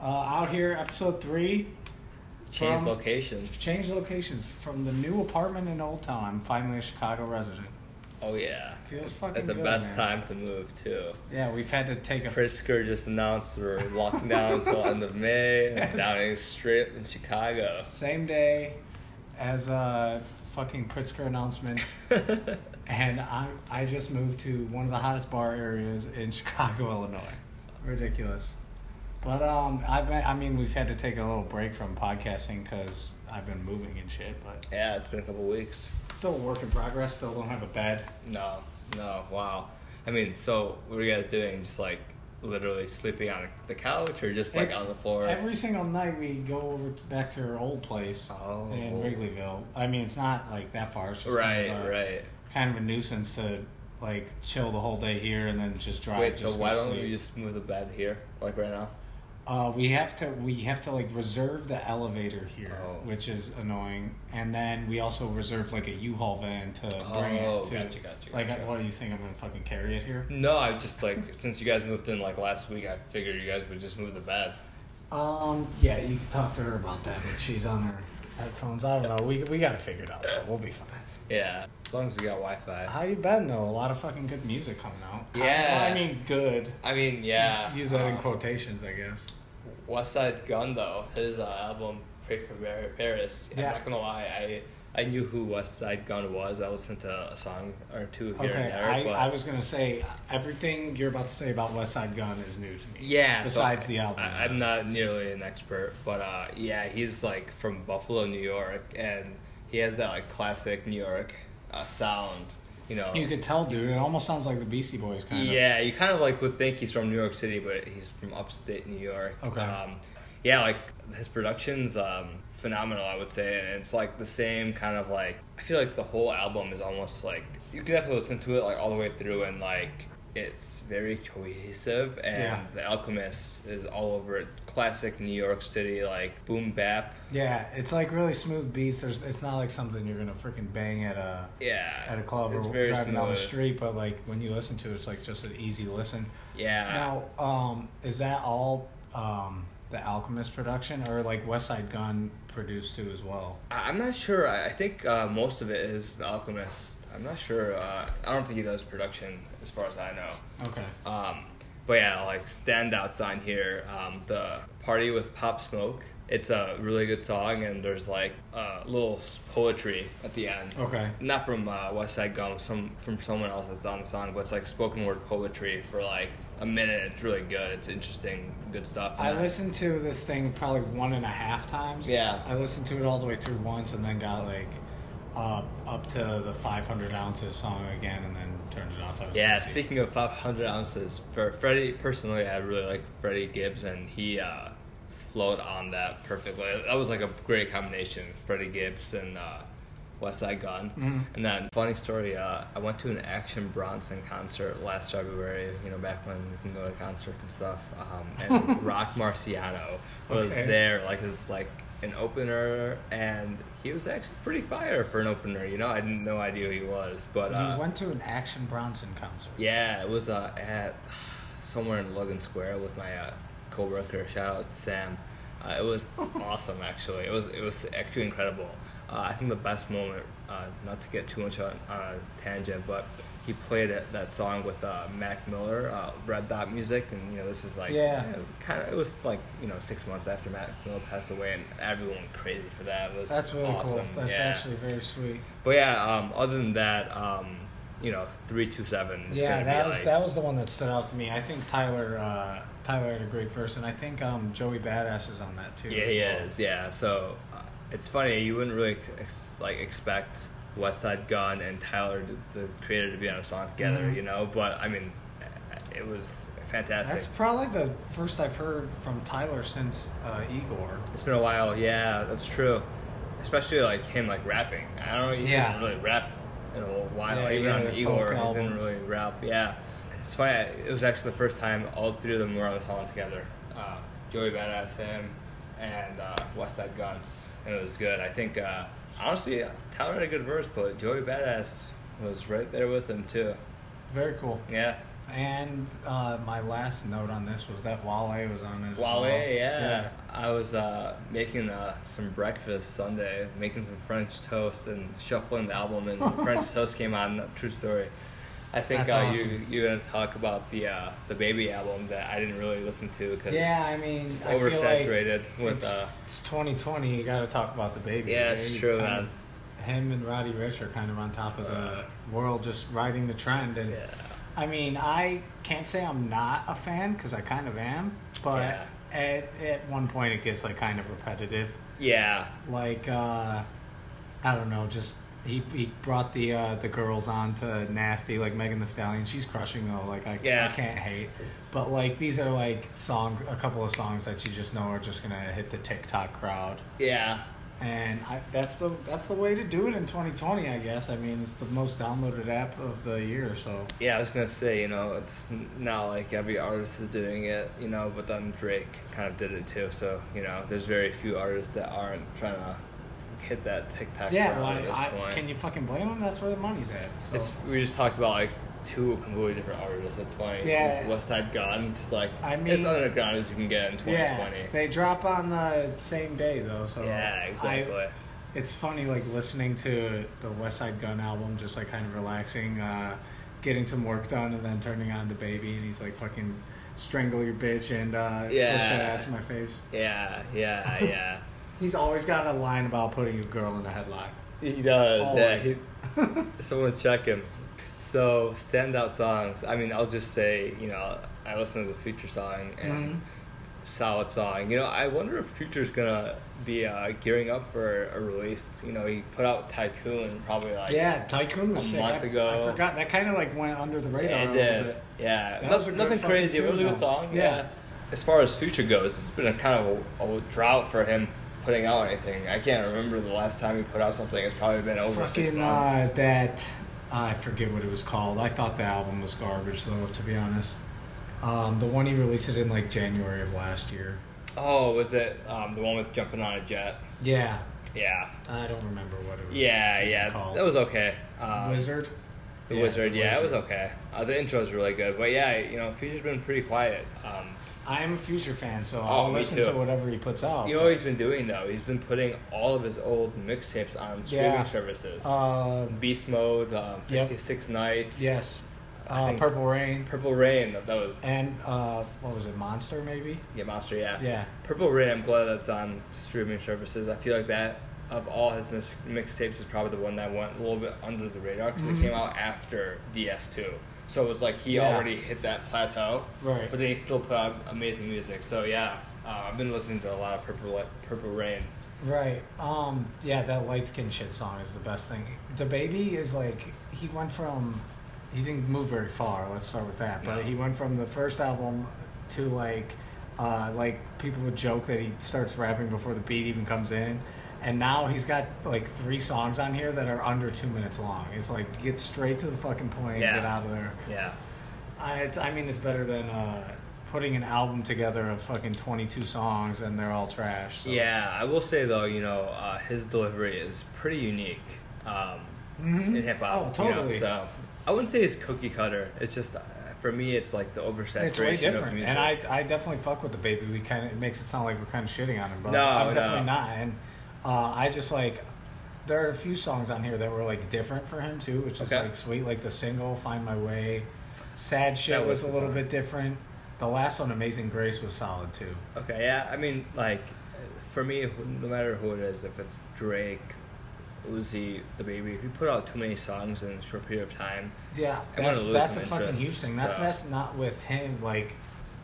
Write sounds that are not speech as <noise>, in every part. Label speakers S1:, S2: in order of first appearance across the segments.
S1: Uh, out here, episode three.
S2: Change
S1: from-
S2: locations.
S1: Change locations from the new apartment in Old Town. I'm finally a Chicago resident.
S2: Oh yeah.
S1: Feels fucking
S2: That's the
S1: good,
S2: best
S1: man.
S2: time to move too.
S1: Yeah, we've had to take a.
S2: Pritzker just announced we're locking down until end of May
S1: <laughs>
S2: and Downing Strip in Chicago. <laughs>
S1: Same day as a fucking Pritzker announcement.
S2: <laughs>
S1: and I, I just moved to one of the hottest bar areas in <laughs> Chicago, Illinois. Ridiculous. But um, I've been, I mean, we've had to take a little break from podcasting because I've been moving and shit. But
S2: yeah, it's been a couple weeks.
S1: still a work in progress. Still don't have a bed.
S2: No, no, wow. I mean, so what are you guys doing? Just like literally sleeping on the couch or just like
S1: It's-
S2: on the floor?
S1: Every single night we go over t- back to her old place
S2: Oh.
S1: in Wrigleyville. I mean, it's not like that far. It's just
S2: right,
S1: kind of a,
S2: right.
S1: Kind of a nuisance to like chill the whole day here and then just drive.
S2: Wait, so
S1: just
S2: why
S1: go
S2: don't
S1: sleep.
S2: you just move the bed here, like right now?
S1: Uh, we have to we have to like reserve the elevator here,
S2: Oh.
S1: which is annoying. And then we also reserve like a U-Haul van to bring
S2: Oh,
S1: it to.
S2: gotcha, gotcha,
S1: Like,
S2: gotcha.
S1: what do you think? I'm gonna fucking carry it here?
S2: No, I just like since you guys moved in like last week, I figured you guys would just move the bed.
S1: Um. Yeah, you can talk to her about that, but she's on her headphones. I don't know. We we gotta figure it out. Though. We'll be fine.
S2: Yeah, as long as you got Wi-Fi.
S1: How you been though? A lot of fucking good music coming out.
S2: Yeah.
S1: I mean, good.
S2: I mean, yeah.
S1: Use that in
S2: uh,
S1: quotations, I guess.
S2: West Side Gun though, his uh, album "Pray for Mar- Paris."
S1: Yeah.
S2: I'm not gonna lie, I I knew who West Side Gun was. I listened to a song or two here
S1: Okay,
S2: and there.
S1: I,
S2: but
S1: I was gonna say everything you're about to say about West Side Gun is new to me.
S2: yeah. so
S1: Besides the
S2: I-
S1: album,
S2: I, I'm not nearly an expert, but uh, yeah, he's like from Buffalo, New York, and he has that like classic New York uh, sound. You know.
S1: You could tell, dude. It almost sounds like the Beastie Boys kind of.
S2: yeah, you kind of like would think he's from New York City, but he's from upstate New York.
S1: Okay.
S2: Um, yeah, like his production's um, phenomenal, I would say, and it's like the same kind of like I feel like the whole album is almost like you can definitely listen to it like all the way through, and like it's very cohesive. And
S1: Yeah.
S2: The Alchemist is all over it, classic New York City like boom bap.
S1: Yeah, it's like really smooth beats. There's, it's not like something you're gonna freaking bang at a
S2: Yeah.
S1: at a club or
S2: it's
S1: driving
S2: very
S1: down the
S2: smooth.
S1: street. But like when you listen to it, it's like just an easy listen.
S2: Yeah.
S1: Now, um, is that all um, the Alchemist production, or like West Side Gun produced too as well?
S2: I- I'm not sure. I I think uh, most of it is The Alchemist. I'm not sure. Uh, I don't think he does production, as far as I know.
S1: Okay.
S2: Um, but yeah, like standouts on here, um, the party with Pop Smoke. It's a really good song, and there's like uh, little s- poetry at the end.
S1: Okay.
S2: Not from uh, West Side Gun, some from someone else that's on the song, but it's like spoken word poetry for like a minute. It's really good. It's interesting, good stuff.
S1: I
S2: And then-
S1: listened to this thing probably one and a half times.
S2: Yeah.
S1: I listened to it all the way through once and then got like uh, up to the 500 ounces song again and then turned it off. I was
S2: Yeah,
S1: busy.
S2: speaking of 500 ounces, for Freddie, personally, I really like Freddie Gibbs, and he uh, flowed on that perfectly. That was like a great combination, Freddie Gibbs and uh, West Side Gun.
S1: Mhm.
S2: And then, funny story, uh, I went to an Action Bronson concert last February, you know, back when you can go to concerts and stuff, um, <laughs> and Rock Marciano was
S1: Okay.
S2: there, like, as, like, an opener, and he was actually pretty fire for an opener, you know? I didn't no idea who he was, but... uh,
S1: you went to an Action Bronson concert.
S2: yeah, it was uh, at somewhere in Logan Square with my uh, coworker. Shout out Sam. Uh,
S1: <laughs>
S2: it was awesome, actually. It was it was actually incredible. Uh, I think the best moment, uh, not to get too much on, on a tangent, but he played it, that song with uh, Mac Miller, uh, Red Dot Music, and you know this is like
S1: Yeah.
S2: kind of it was like you know six months after Mac Miller passed away, and everyone went crazy for that. It was
S1: That's really cool.
S2: awesome.
S1: That's
S2: Yeah.
S1: actually very sweet.
S2: But yeah, um, other than that, um, you know, three two seven. Is
S1: yeah,
S2: gonna
S1: that
S2: be
S1: was
S2: like,
S1: that was the one that stood out to me. I think Tyler uh, Tyler had a great verse, and I think um, Joey Badass is on that too.
S2: Yeah,
S1: as
S2: he
S1: well.
S2: is. Yeah, so uh, it's funny. You wouldn't really ex- like expect West Side Gun and Tyler, the, the creator, to be on a song together.
S1: Mhm.
S2: You know, but I mean, uh, it was fantastic.
S1: That's probably the first I've heard from Tyler since uh, Igor.
S2: it's been a while. Yeah, that's true. Especially like him, like rapping. I don't know. He
S1: Yeah.
S2: didn't really rap in a little while.
S1: Yeah,
S2: Even
S1: yeah,
S2: on
S1: the
S2: Igor,
S1: folk
S2: he
S1: album.
S2: didn't really rap. Yeah, it's funny. I- It was actually the first time all three of them were on the song together. Uh, Joey Badass, him, and uh, West Side Gun, and it was good. I think uh, honestly, Tyler had a good verse, but Joey Badass was right there with him too.
S1: Very cool.
S2: Yeah.
S1: And uh, my last note on this was that Wale was on it. as
S2: Huawei,
S1: well.
S2: yeah. I was uh, making uh, some breakfast Sunday, making some French toast and shuffling the album, and the
S1: <laughs>
S2: French toast came on. True story. I think
S1: That's
S2: uh,
S1: awesome.
S2: you you're gonna talk about the uh, the baby album that I didn't really listen to because
S1: Yeah, I mean,
S2: it's
S1: I feel like
S2: oversaturated with,
S1: it's,
S2: uh,
S1: it's 2020. You got to talk about the baby.
S2: Yeah, it's
S1: right?
S2: true,
S1: kind
S2: man.
S1: of- him and Roddy Rich are kind of on top of the
S2: Uh,
S1: world, just riding the trend. And
S2: yeah,
S1: I mean, I can't say I'm not a fan because I kind of am, but at at one point it gets like kind of repetitive.
S2: yeah,
S1: Like uh, I don't know, just. He, he brought the uh, the girls on to nasty like Megan the Stallion. She's crushing though. Like I,
S2: Yeah.
S1: I can't hate, but like these are like song a couple of songs that you just know are just gonna hit the TikTok crowd,
S2: yeah.
S1: and I, that's the that's the way to do it in 2020. I guess. I mean, it's the most downloaded app of the year. So
S2: Yeah, I was gonna say, you know, it's n- not like every artist is doing it, you know, but then Drake kind of did it too. So you know, there's very few artists that aren't trying to hit that TikTok.
S1: Yeah,
S2: crowd
S1: well,
S2: at this
S1: I,
S2: point.
S1: can you oh. fucking blame them? That's where the money's at. So.
S2: It's we just talked about like two completely different artists. That's funny.
S1: Yeah.
S2: With West Side Gun, just like
S1: I
S2: as
S1: mean-
S2: underground as you can get in 2020.
S1: yeah, they drop on the same day though. So
S2: Yeah,
S1: I-
S2: exactly.
S1: it's funny, like listening to the West Side Gun album, just like kind of relaxing, uh, getting some work done, and then turning on the baby, and he's like fucking strangle your bitch and uh, tilt
S2: Yeah.
S1: that ass in my face.
S2: yeah,
S1: <laughs>
S2: yeah, yeah.
S1: He's always got a line about putting a girl in a headlock.
S2: he does. Yeah,
S1: Always. <laughs>
S2: he, Someone check him. So standout songs. I mean, I'll just say, you know, I listen to the Future song and
S1: Mhm.
S2: solid song. You know, I wonder if Future's gonna be uh, gearing up for a release. You know, he put out Tycoon probably like
S1: yeah, Tycoon was
S2: a
S1: sick.
S2: month
S1: I,
S2: ago.
S1: I forgot that kind of like went under the radar. a
S2: Yeah, it
S1: little
S2: did.
S1: bit.
S2: Yeah,
S1: That
S2: No-
S1: was a good
S2: nothing
S1: fucking
S2: crazy. A
S1: tune,
S2: really good
S1: though.
S2: song. Yeah.
S1: Yeah.
S2: As far as future goes, it's been a kind of a, a drought for him putting out anything. I can't remember the last time he put out something. It's probably been over six
S1: fucking
S2: months.
S1: uh, that I forget what it was called. I thought the album was garbage though, to be honest. Um, the one he released it in like January of last year.
S2: oh, was it um, the one with jumping on a jet?
S1: Yeah,
S2: Yeah,
S1: I don't remember what it was.
S2: yeah,
S1: even
S2: yeah.
S1: called.
S2: That was okay. Um,
S1: Wizard.
S2: The Wizard,
S1: The
S2: yeah, it
S1: Wizard.
S2: was okay. Uh, the intro's really good, but yeah, you know, Future's been pretty quiet. Um,
S1: I am a Future fan, so I'll
S2: Oh, me
S1: listen
S2: too.
S1: to whatever he puts out.
S2: You know what he's been doing though? He's been putting all of his old mixtapes on streaming
S1: Yeah.
S2: services.
S1: Uh,
S2: Beast Mode, um,
S1: Yep.
S2: 56 Nights.
S1: yes,
S2: I
S1: uh,
S2: think-
S1: Purple Rain
S2: Purple Rain, that was.
S1: and uh, what was it? Monster maybe.
S2: Yeah, Monster, yeah.
S1: Yeah.
S2: Purple Rain, I'm glad that's on streaming services. I feel like that, of all his mis- mixtapes, is probably the one that went a little bit under the radar because it
S1: Mhm.
S2: came out after DS2. So it was like he
S1: Yeah.
S2: already hit that plateau.
S1: Right.
S2: But then he still put out amazing music. So yeah, uh, I've been listening to a lot of Purple, Li- Purple Rain.
S1: Right. Um. Yeah, that light skin shit song is the best thing. The baby is like he went from, he didn't move very far. Let's start with that. But
S2: No.
S1: he went from the first album to like, uh, like people would joke that he starts rapping before the beat even comes in, and now he's got like three songs on here that are under two minutes long. It's like get straight to the fucking point and
S2: Yeah.
S1: get out of there.
S2: Yeah.
S1: I, it's, I mean, it's better than uh, putting an album together of fucking twenty two songs and they're all trash. So.
S2: Yeah, I will say though, you know, uh, his delivery is pretty unique um,
S1: Mhm.
S2: in hip hop.
S1: Oh,
S2: You know,
S1: totally.
S2: so I wouldn't say it's cookie cutter. It's just uh, for me, it's like the oversaturation
S1: It's way
S2: of
S1: different,
S2: music.
S1: and I I definitely fuck with the baby. We kind of it makes it sound like we're kind of shitting on him, but
S2: No,
S1: I'm
S2: no.
S1: definitely not. And uh, I just like there are a few songs on here that were like different for him too, which is
S2: Okay.
S1: like sweet, like the single "Find My Way." Sad shit
S2: That
S1: was,
S2: was
S1: a
S2: the
S1: little
S2: song.
S1: bit different. The last one, "Amazing Grace," was solid too.
S2: okay, yeah, I mean, like for me, who- no matter who it is, if it's Drake, Uzi, The Baby, if you put out too many songs in a short period of time,
S1: Yeah,
S2: I'm gonna
S1: that's
S2: lose
S1: that's a
S2: some
S1: fucking
S2: interest,
S1: huge thing. That's
S2: so.
S1: that's not with him. Like,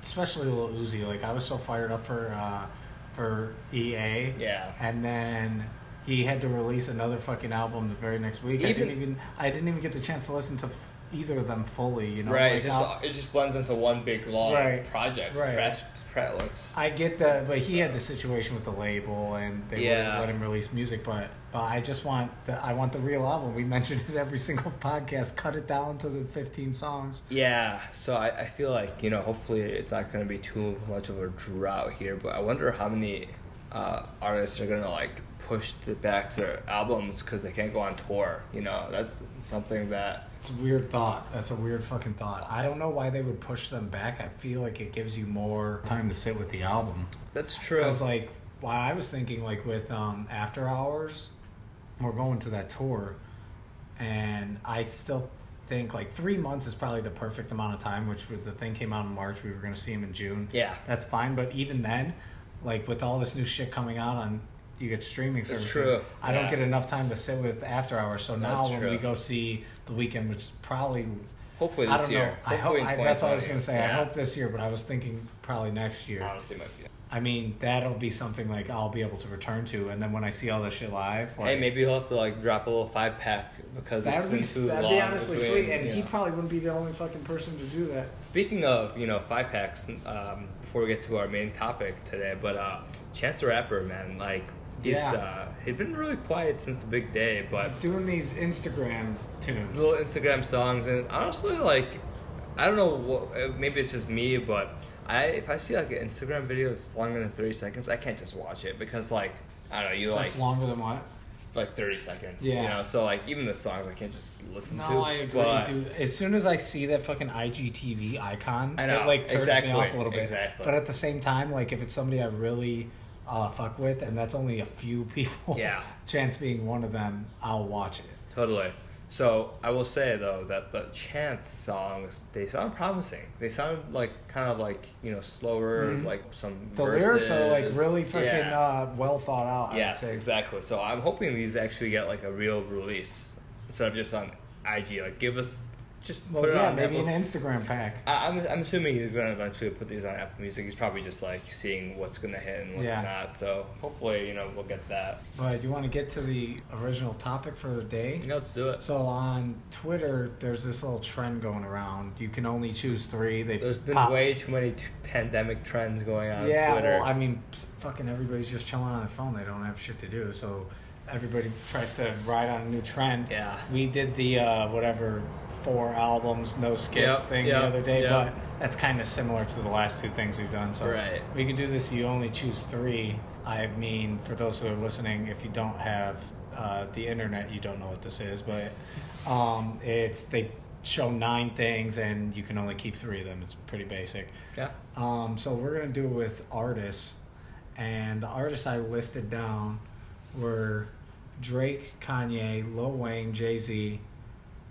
S1: especially Lil Uzi. Like, I was so fired up for uh, for EA.
S2: Yeah.
S1: And then he had to release another fucking album the very next week. I
S2: Even-
S1: didn't even I didn't even get the chance to listen to f- either of them fully. You know,
S2: right?
S1: Like,
S2: It's just,
S1: I'll-
S2: it just blends into one big long
S1: Right.
S2: project.
S1: Right.
S2: Trash, trash looks.
S1: I get that, but he had the situation with the label, and they
S2: Yeah.
S1: wouldn't let him release music. But but I just want the I want the real album. We mentioned it every <laughs> single podcast. Cut it down to the fifteen songs.
S2: Yeah, so I, I feel like, you know, hopefully it's not going to be too much of a drought here, but I wonder how many uh, artists are going to, like, push the back their albums because they can't go on tour. You know, that's something that
S1: It's a weird thought. That's a weird fucking thought. I don't know why they would push them back. I feel like it gives you more time to sit with the album.
S2: That's true.
S1: Because like, why I was thinking like with um, After Hours, we're going to that tour, and I still think like three months is probably the perfect amount of time. Which with the thing came out in March, we were going to see him in June.
S2: Yeah.
S1: that's fine. But even then, like with all this new shit coming out on. You get streaming
S2: That's
S1: services.
S2: true.
S1: I don't
S2: Yeah.
S1: get enough time to sit with After Hours. So now
S2: That's
S1: when
S2: true.
S1: we go see the weekend, which is probably
S2: Hopefully
S1: I
S2: this
S1: don't
S2: year.
S1: know. I hope
S2: Hopefully in
S1: I, that's what I was gonna
S2: 2020.
S1: say. I
S2: Yeah.
S1: hope this year, but I was thinking probably next year.
S2: Honestly, might be.
S1: I mean, that'll be something like I'll be able to return to, and then when I see all this shit live, like,
S2: hey, maybe he'll have to like drop a little five pack because it's
S1: that'd
S2: been
S1: be
S2: too
S1: that'd
S2: long.
S1: be honestly
S2: between,
S1: sweet. And
S2: you
S1: he
S2: know.
S1: probably wouldn't be the only fucking person to do that.
S2: Speaking of you know five packs, um, before we get to our main topic today, but uh, Chance the Rapper, man, like he's
S1: Yeah.
S2: uh, he's been really quiet since the big day, but
S1: He's doing these Instagram tunes.
S2: his little Instagram songs, and honestly, like I don't know, what, uh, maybe it's just me, but I if I see like an Instagram video that's longer than thirty seconds, I can't just watch it because like I don't know, you like
S1: That's longer than what?
S2: like thirty seconds, you
S1: Yeah.
S2: know, so like even the songs I can't just listen to.
S1: No, I agree,
S2: but-
S1: dude. As soon as I see that fucking IGTV icon,
S2: I know,
S1: it like turns
S2: exactly,
S1: me off a little bit.
S2: exactly.
S1: But at the same time, like if it's somebody I really uh, fuck with, and that's only a few people,
S2: Yeah.
S1: <laughs> chance being one of them, I'll watch it.
S2: Totally. So I will say though that the Chance songs they sound promising. They sound like kind of like you know slower,
S1: Mhm.
S2: like some
S1: The lyrics are like
S2: verses.
S1: really fucking
S2: Yeah.
S1: uh, well thought out. I
S2: yes,
S1: would say.
S2: exactly. So I'm hoping these actually get like a real release instead of just on IG. Like give us just
S1: Well,
S2: put it
S1: yeah,
S2: on
S1: maybe
S2: Apple. Uh,
S1: an Instagram pack.
S2: I- I'm, I'm assuming he's gonna eventually put these on Apple Music. He's probably just like seeing what's gonna hit and what's
S1: Yeah.
S2: not. So hopefully, you know, we'll get that.
S1: But you want to get to the original topic for the day?
S2: Yeah, let's do it.
S1: So on Twitter, there's this little trend going around. You can only choose three. They
S2: There's been
S1: pop-
S2: way too many t- pandemic trends going on.
S1: Yeah,
S2: on Twitter.
S1: well, I mean, s- fucking everybody's just chilling on their phone. They don't have shit to do, so everybody tries to ride on a new trend.
S2: Yeah.
S1: we did the uh, whatever four albums, no skips
S2: Yep,
S1: thing
S2: yep,
S1: the other day,
S2: yep.
S1: but that's kind of similar to the last two things we've done. So
S2: Right.
S1: we can do this. You only choose three. I mean, for those who are listening, if you don't have uh, the internet, you don't know what this is, but um, it's they show nine things and you can only keep three of them. It's pretty basic.
S2: Yeah.
S1: Um, so we're gonna do it with artists, and the artists I listed down were Drake, Kanye, Lil Wayne, Jay Z,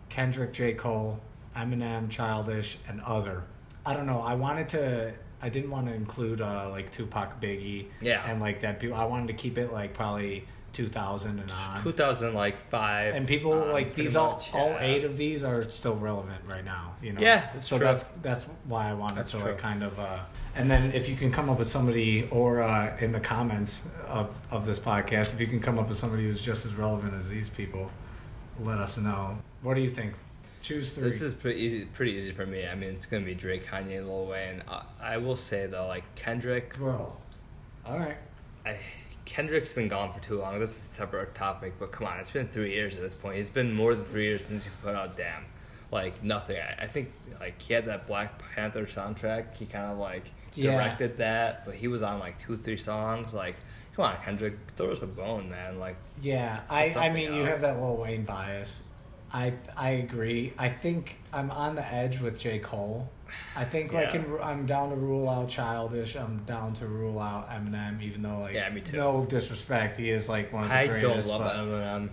S1: Kendrick, J Cole, Eminem, Childish, and other. I don't know. I wanted to. I didn't want to include uh, like Tupac, Biggie,
S2: Yeah.
S1: and like that. People. I wanted to keep it like probably two thousand and on.
S2: 2005.
S1: And people
S2: um,
S1: like
S2: pretty
S1: these all
S2: much,
S1: all
S2: yeah.
S1: eight of these are still relevant right now. You know.
S2: Yeah, that's
S1: So
S2: true.
S1: that's that's why I wanted
S2: That's
S1: to
S2: true.
S1: like kind of. Uh, and then if you can come up with somebody or uh, in the comments of of this podcast, if you can come up with somebody who's just as relevant as these people, let us know. What do you think? Choose three.
S2: This is pretty easy, pretty easy for me. I mean, it's gonna be Drake, Kanye, Lil Wayne. I, I will say though, like Kendrick,
S1: bro. All right.
S2: I, Kendrick's been gone for too long. This is a separate topic, but come on, it's been three years at this point. It's been more than three years since he put out Damn, like nothing. I, I think like he had that Black Panther soundtrack. He kind of like
S1: Yeah.
S2: directed that, but he was on like two, three songs. Like, come on, Kendrick, throw us a bone, man. Like,
S1: Yeah, I, I
S2: something
S1: mean, you
S2: up.
S1: have that Lil Wayne bias. I I agree. I think I'm on the edge with J Cole. I think like
S2: Yeah.
S1: in, I'm down to rule out Childish. I'm down to rule out Eminem, even though like
S2: Yeah, me too.
S1: no disrespect, he is like one of the
S2: I don't
S1: greatest.
S2: love
S1: but-
S2: Eminem.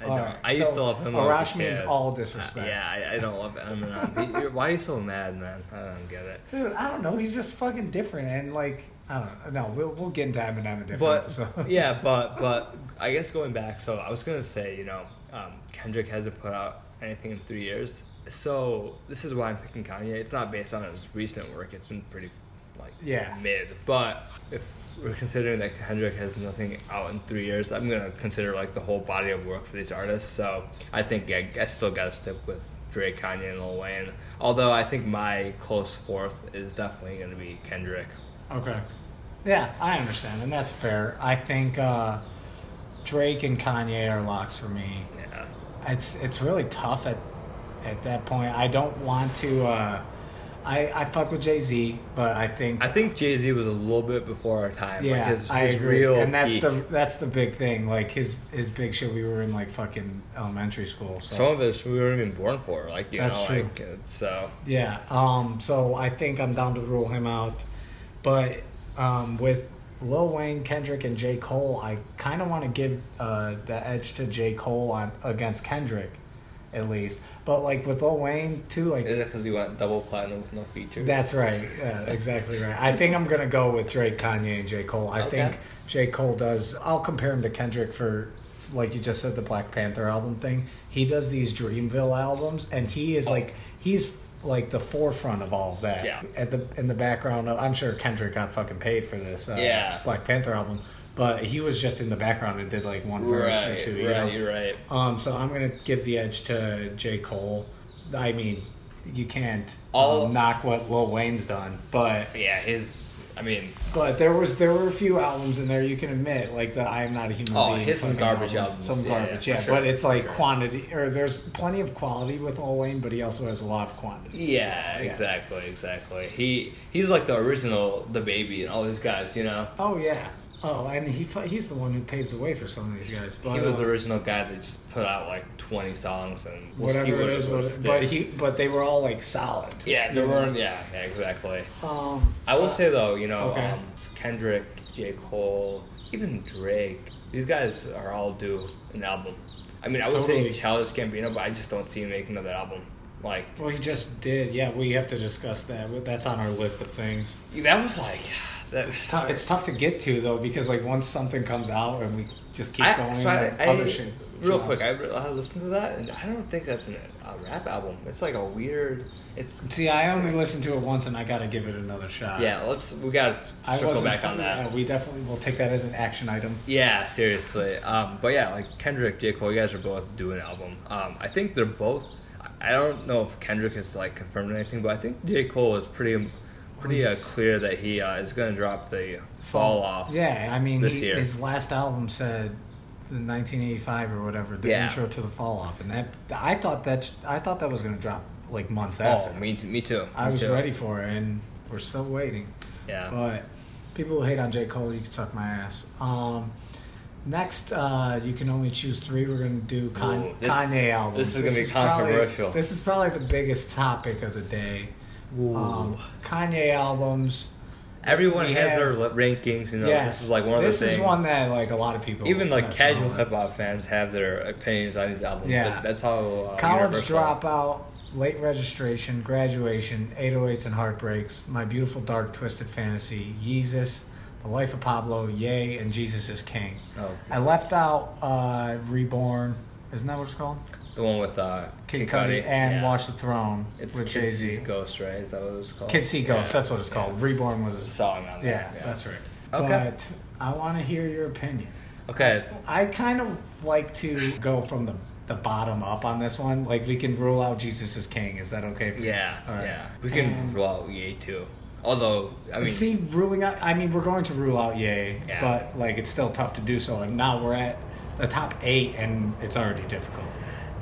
S2: I,
S1: All
S2: don't.
S1: right,
S2: I used
S1: so
S2: to love him. when I was a
S1: Arash means
S2: kid.
S1: all
S2: Uh,
S1: disrespect.
S2: yeah, I, I don't love Eminem. He- you're- why are you so mad, man? I don't get it.
S1: dude, I don't know. He's just fucking different, and like I don't know. No, we'll we'll get into Eminem in a different
S2: But
S1: <laughs> episode.
S2: yeah, but but I guess going back. So I was gonna say, you know, um, Kendrick hasn't put out anything in three years. So this is why I'm picking Kanye. It's not based on his recent work. It's been pretty like
S1: Yeah.
S2: mid. But if we're considering that Kendrick has nothing out in three years, I'm gonna consider like the whole body of work for these artists. So I think I, I still gotta stick with Drake, Kanye, and Lil Wayne. Although I think my close fourth is definitely gonna be Kendrick.
S1: Okay. Yeah, I understand, and that's fair. I think uh, Drake and Kanye are locks for me.
S2: Yeah.
S1: It's it's really tough at at that point. I don't want to. Uh, I, I fuck with Jay Z, but I think
S2: I think Jay Z was a little bit before our time.
S1: yeah,
S2: like his,
S1: I
S2: his
S1: agree.
S2: real
S1: and that's
S2: peak.
S1: the that's the big thing. Like his his big shit. We were in like fucking elementary school. So
S2: some of us we weren't even born for. Like you
S1: That's
S2: know,
S1: true.
S2: like it's, uh, so
S1: Yeah. Um. So I think I'm down to rule him out, but um, with Lil Wayne, Kendrick, and J. Cole, I kind of want to give uh, the edge to J. Cole on against Kendrick, at least. But like with Lil Wayne too, like
S2: is it because you went double platinum with no features?
S1: that's right. Yeah, exactly right. I think I'm gonna go with Drake, Kanye, and J. Cole. I
S2: Okay.
S1: think J. Cole does. I'll compare him to Kendrick for, like you just said, the Black Panther album thing. He does these Dreamville albums, and he is like he's like the forefront of all of that.
S2: Oh. Yeah.
S1: At the in the background, of, I'm sure Kendrick got fucking paid for this. Uh,
S2: Yeah.
S1: Black Panther album, but he was just in the background and did like one verse or
S2: right.
S1: two.
S2: Right,
S1: You know?
S2: you're right.
S1: Um, so I'm gonna give the edge to J. Cole. I mean, you can't
S2: All-
S1: um, knock what Lil Wayne's done, but
S2: Yeah, his. I mean,
S1: but there was there were a few albums in there you can admit like the I am not a human
S2: Oh,
S1: being.
S2: his some
S1: fucking
S2: garbage albums,
S1: some
S2: yeah,
S1: garbage,
S2: yeah,
S1: yeah.
S2: for sure,
S1: but it's like
S2: for sure.
S1: quantity, or there's plenty of quality with Lil Wayne, but he also has a lot of quantity.
S2: Yeah, exactly, exactly. He he's like the original, the baby, and all these guys. You know,
S1: Oh yeah. Oh, and he fu- he's the one who paved the way for some of these guys. But
S2: he was
S1: uh,
S2: the original guy that just put out like twenty songs and we'll see
S1: whatever
S2: what
S1: it is,
S2: what
S1: what it, but he but they were all like solid.
S2: yeah, there
S1: You know?
S2: weren't. Yeah, yeah, exactly.
S1: Um,
S2: I will say though, you know,
S1: okay.
S2: um, Kendrick, J. Cole, even Drake, these guys are all due an album. I mean, I would
S1: Totally.
S2: say Childish Gambino, but I just don't see him making another album. Like
S1: Well, he just did. Yeah, we have to discuss that. But That's on our list of things.
S2: that was like <sighs> that's
S1: It's tough. It's tough to get to though because like once something comes out and we just keep
S2: I-
S1: going.
S2: so I-
S1: and
S2: I-
S1: other shit
S2: Real
S1: drops.
S2: quick, I, re- I listened to that, and I don't think that's an, a rap album. It's like a weird. It's
S1: See, I only listened to it once and I got to give it another shot.
S2: yeah. Let's we gotta
S1: I
S2: circle
S1: wasn't
S2: back on
S1: fully-
S2: that.
S1: uh, we definitely will take that as an action item.
S2: Yeah, seriously. Um, but yeah, like Kendrick, J. Cole, you guys are both doing an album. Um, I think they're both. I- I don't know if Kendrick has like confirmed anything, but I think J. Cole is pretty, pretty uh,
S1: He's-
S2: clear that he uh, is going to drop the fall off.
S1: Yeah, I mean,
S2: This
S1: he,
S2: year.
S1: his last album said the 1985 or whatever, the
S2: Yeah.
S1: intro to the fall off, and that I thought that I thought that was going to drop like months
S2: Oh,
S1: after.
S2: me, me too.
S1: I
S2: Me
S1: was
S2: too.
S1: ready for it, and we're still waiting.
S2: Yeah.
S1: But people who hate on J. Cole, you can suck my ass. Um, next, uh, you can only choose three. We're going to do Con-
S2: Ooh, this-
S1: Kanye albums.
S2: this is gonna be
S1: probably-
S2: controversial.
S1: this is probably the biggest topic of the day. Um, Kanye albums.
S2: Everyone
S1: we
S2: has
S1: have-
S2: their li- rankings. You know,
S1: yes,
S2: this is like one of
S1: This
S2: the things.
S1: is one that like a lot of people
S2: even like
S1: mess around
S2: casual
S1: with.
S2: hip hop fans have their opinions on these albums.
S1: Yeah.
S2: That- That's how uh,
S1: College
S2: universal-
S1: dropout, late registration, graduation, 808s and heartbreaks, my beautiful dark twisted fantasy, Yeezus, the life of Pablo, yay, and Jesus is king.
S2: Oh,
S1: I left out uh, reborn. Isn't that what it's called?
S2: the one with uh,
S1: Kid, Cudi and
S2: yeah.
S1: Watch the Throne
S2: It's
S1: with
S2: Kids
S1: Jay
S2: See
S1: Z.
S2: Ghost, right? Is that what it was called?
S1: Kid See Ghost. That's what it's called. Reborn
S2: It's a
S1: was.
S2: song on
S1: Yeah,
S2: that.
S1: that's right.
S2: Okay.
S1: But I want to hear your opinion.
S2: Okay.
S1: I kind of like to go from the the bottom up on this one. Like we can rule out Jesus is King. Is that okay? For you?
S2: Yeah.
S1: All right.
S2: Yeah. We can
S1: And-
S2: rule out EA too. Although I mean,
S1: See, ruling out. I mean, we're going to rule out Yay,
S2: Yeah.
S1: but like it's still tough to do so. And now we're at the top eight, and it's already difficult.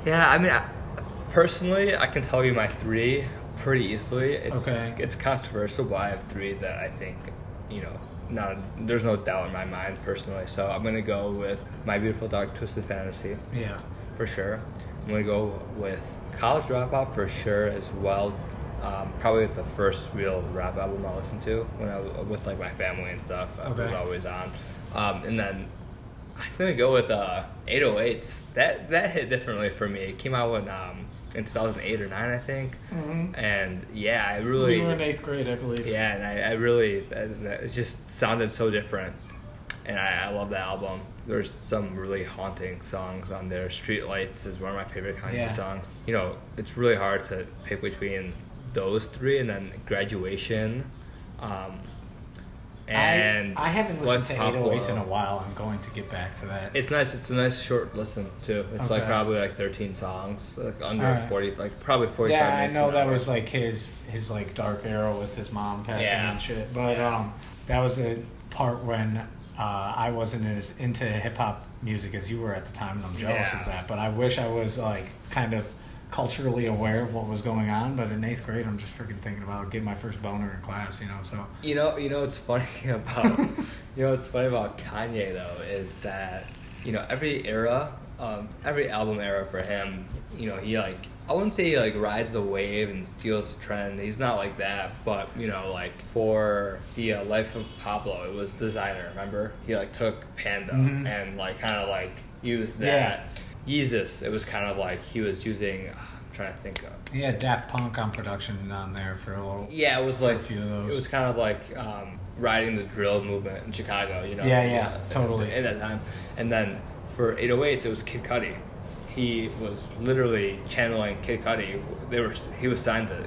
S2: yeah. I mean, I, personally, I can tell you my three pretty easily. It's,
S1: Okay.
S2: It's controversial, but I have three that I think, you know, not there's no doubt in my mind personally. So I'm gonna go with My Beautiful Dark Twisted Fantasy.
S1: Yeah.
S2: for sure. I'm gonna go with College Dropout for sure as well. Um, probably the first real rap album I listened to when I was with like my family and stuff. I was
S1: Okay.
S2: always on, um, and then I'm gonna go with uh, 808s. That that hit differently for me. It came out when um, in 2008 or nine, I think.
S1: Mhm.
S2: And yeah, I really
S1: We were in eighth grade, I believe.
S2: yeah, and I, I really, that, that, it just sounded so different. And I, I love that album. There's some really haunting songs on there. Streetlights is one of my favorite Kanye
S1: Yeah.
S2: songs. You know, it's really hard to pick between those three and then Graduation. Um, and
S1: I, I haven't
S2: Blood
S1: listened to
S2: Pablo.
S1: 808s in a while. I'm going to get back to that.
S2: It's nice. It's a nice short listen too. It's like
S1: Okay.
S2: probably like 13 songs, like under
S1: Alright.
S2: 40, like probably 45
S1: yeah, I
S2: minutes
S1: know
S2: an
S1: that
S2: hour.
S1: was like his his like dark era with his mom passing
S2: Yeah.
S1: and shit. But
S2: Yeah.
S1: um, that was a part when uh, I wasn't as into hip hop music as you were at the time, and I'm jealous
S2: Yeah.
S1: of that. But I wish I was like kind of culturally aware of what was going on, but in eighth grade, I'm just freaking thinking about getting my first boner in class, you know. So
S2: You know, you know what's funny <laughs> about you know what's funny about Kanye though is that you know every era, um, every album era for him, you know he like I wouldn't say he like rides the wave and steals the trend. He's not like that, but you know like for the uh, Life of Pablo, it was designer. Remember he like took Panda
S1: Mhm.
S2: and like kind of like used
S1: Yeah.
S2: that. Yeezus, it was kind of like he was using. I'm trying to think of.
S1: he had Daft Punk on production on there for a little.
S2: Yeah, it was
S1: for
S2: like
S1: a few of those.
S2: it was kind of like um, riding the drill movement in Chicago, you know.
S1: Yeah, yeah,
S2: at-
S1: totally.
S2: At that time, and then for 808s, it was Kid Cudi. He was literally channeling Kid Cudi. They were he was signed to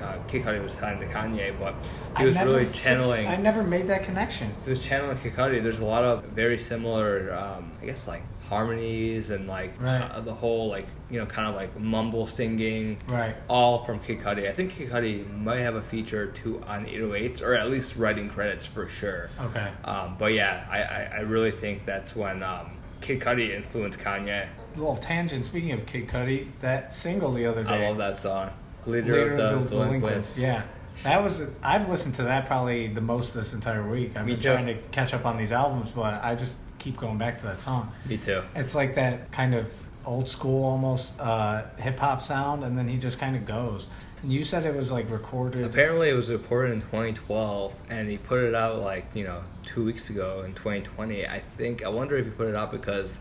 S2: uh, Kid Cudi was signed to Kanye, but he
S1: I
S2: was
S1: never
S2: really
S1: freak-
S2: channeling.
S1: I never made that connection.
S2: He was channeling Kid Cudi. There's a lot of very similar, um, I guess, like harmonies and like
S1: Right.
S2: ki- the whole like you know kind of like mumble singing,
S1: Right.
S2: all from Kid Cudi. I think Kid Cudi might have a feature too on 808s, or at least writing credits for sure.
S1: Okay.
S2: Um, but yeah, I, I, I really think that's when um, Kid Cudi influenced Kanye.
S1: little tangent. Speaking of Kid Cudi, that single the other day.
S2: I love that song, Leader,
S1: Leader
S2: of the, Delinquents.
S1: Yeah. That was I've listened to that probably the most this entire week. I've
S2: Me
S1: been
S2: too.
S1: trying to catch up on these albums, but I just keep going back to that song.
S2: me too.
S1: It's like that kind of old school almost uh, hip hop sound, and then he just kind of goes. And you said it was like recorded.
S2: Apparently, it was reported in 2012, and he put it out like you know two weeks ago in 2020. I think I wonder if he put it out because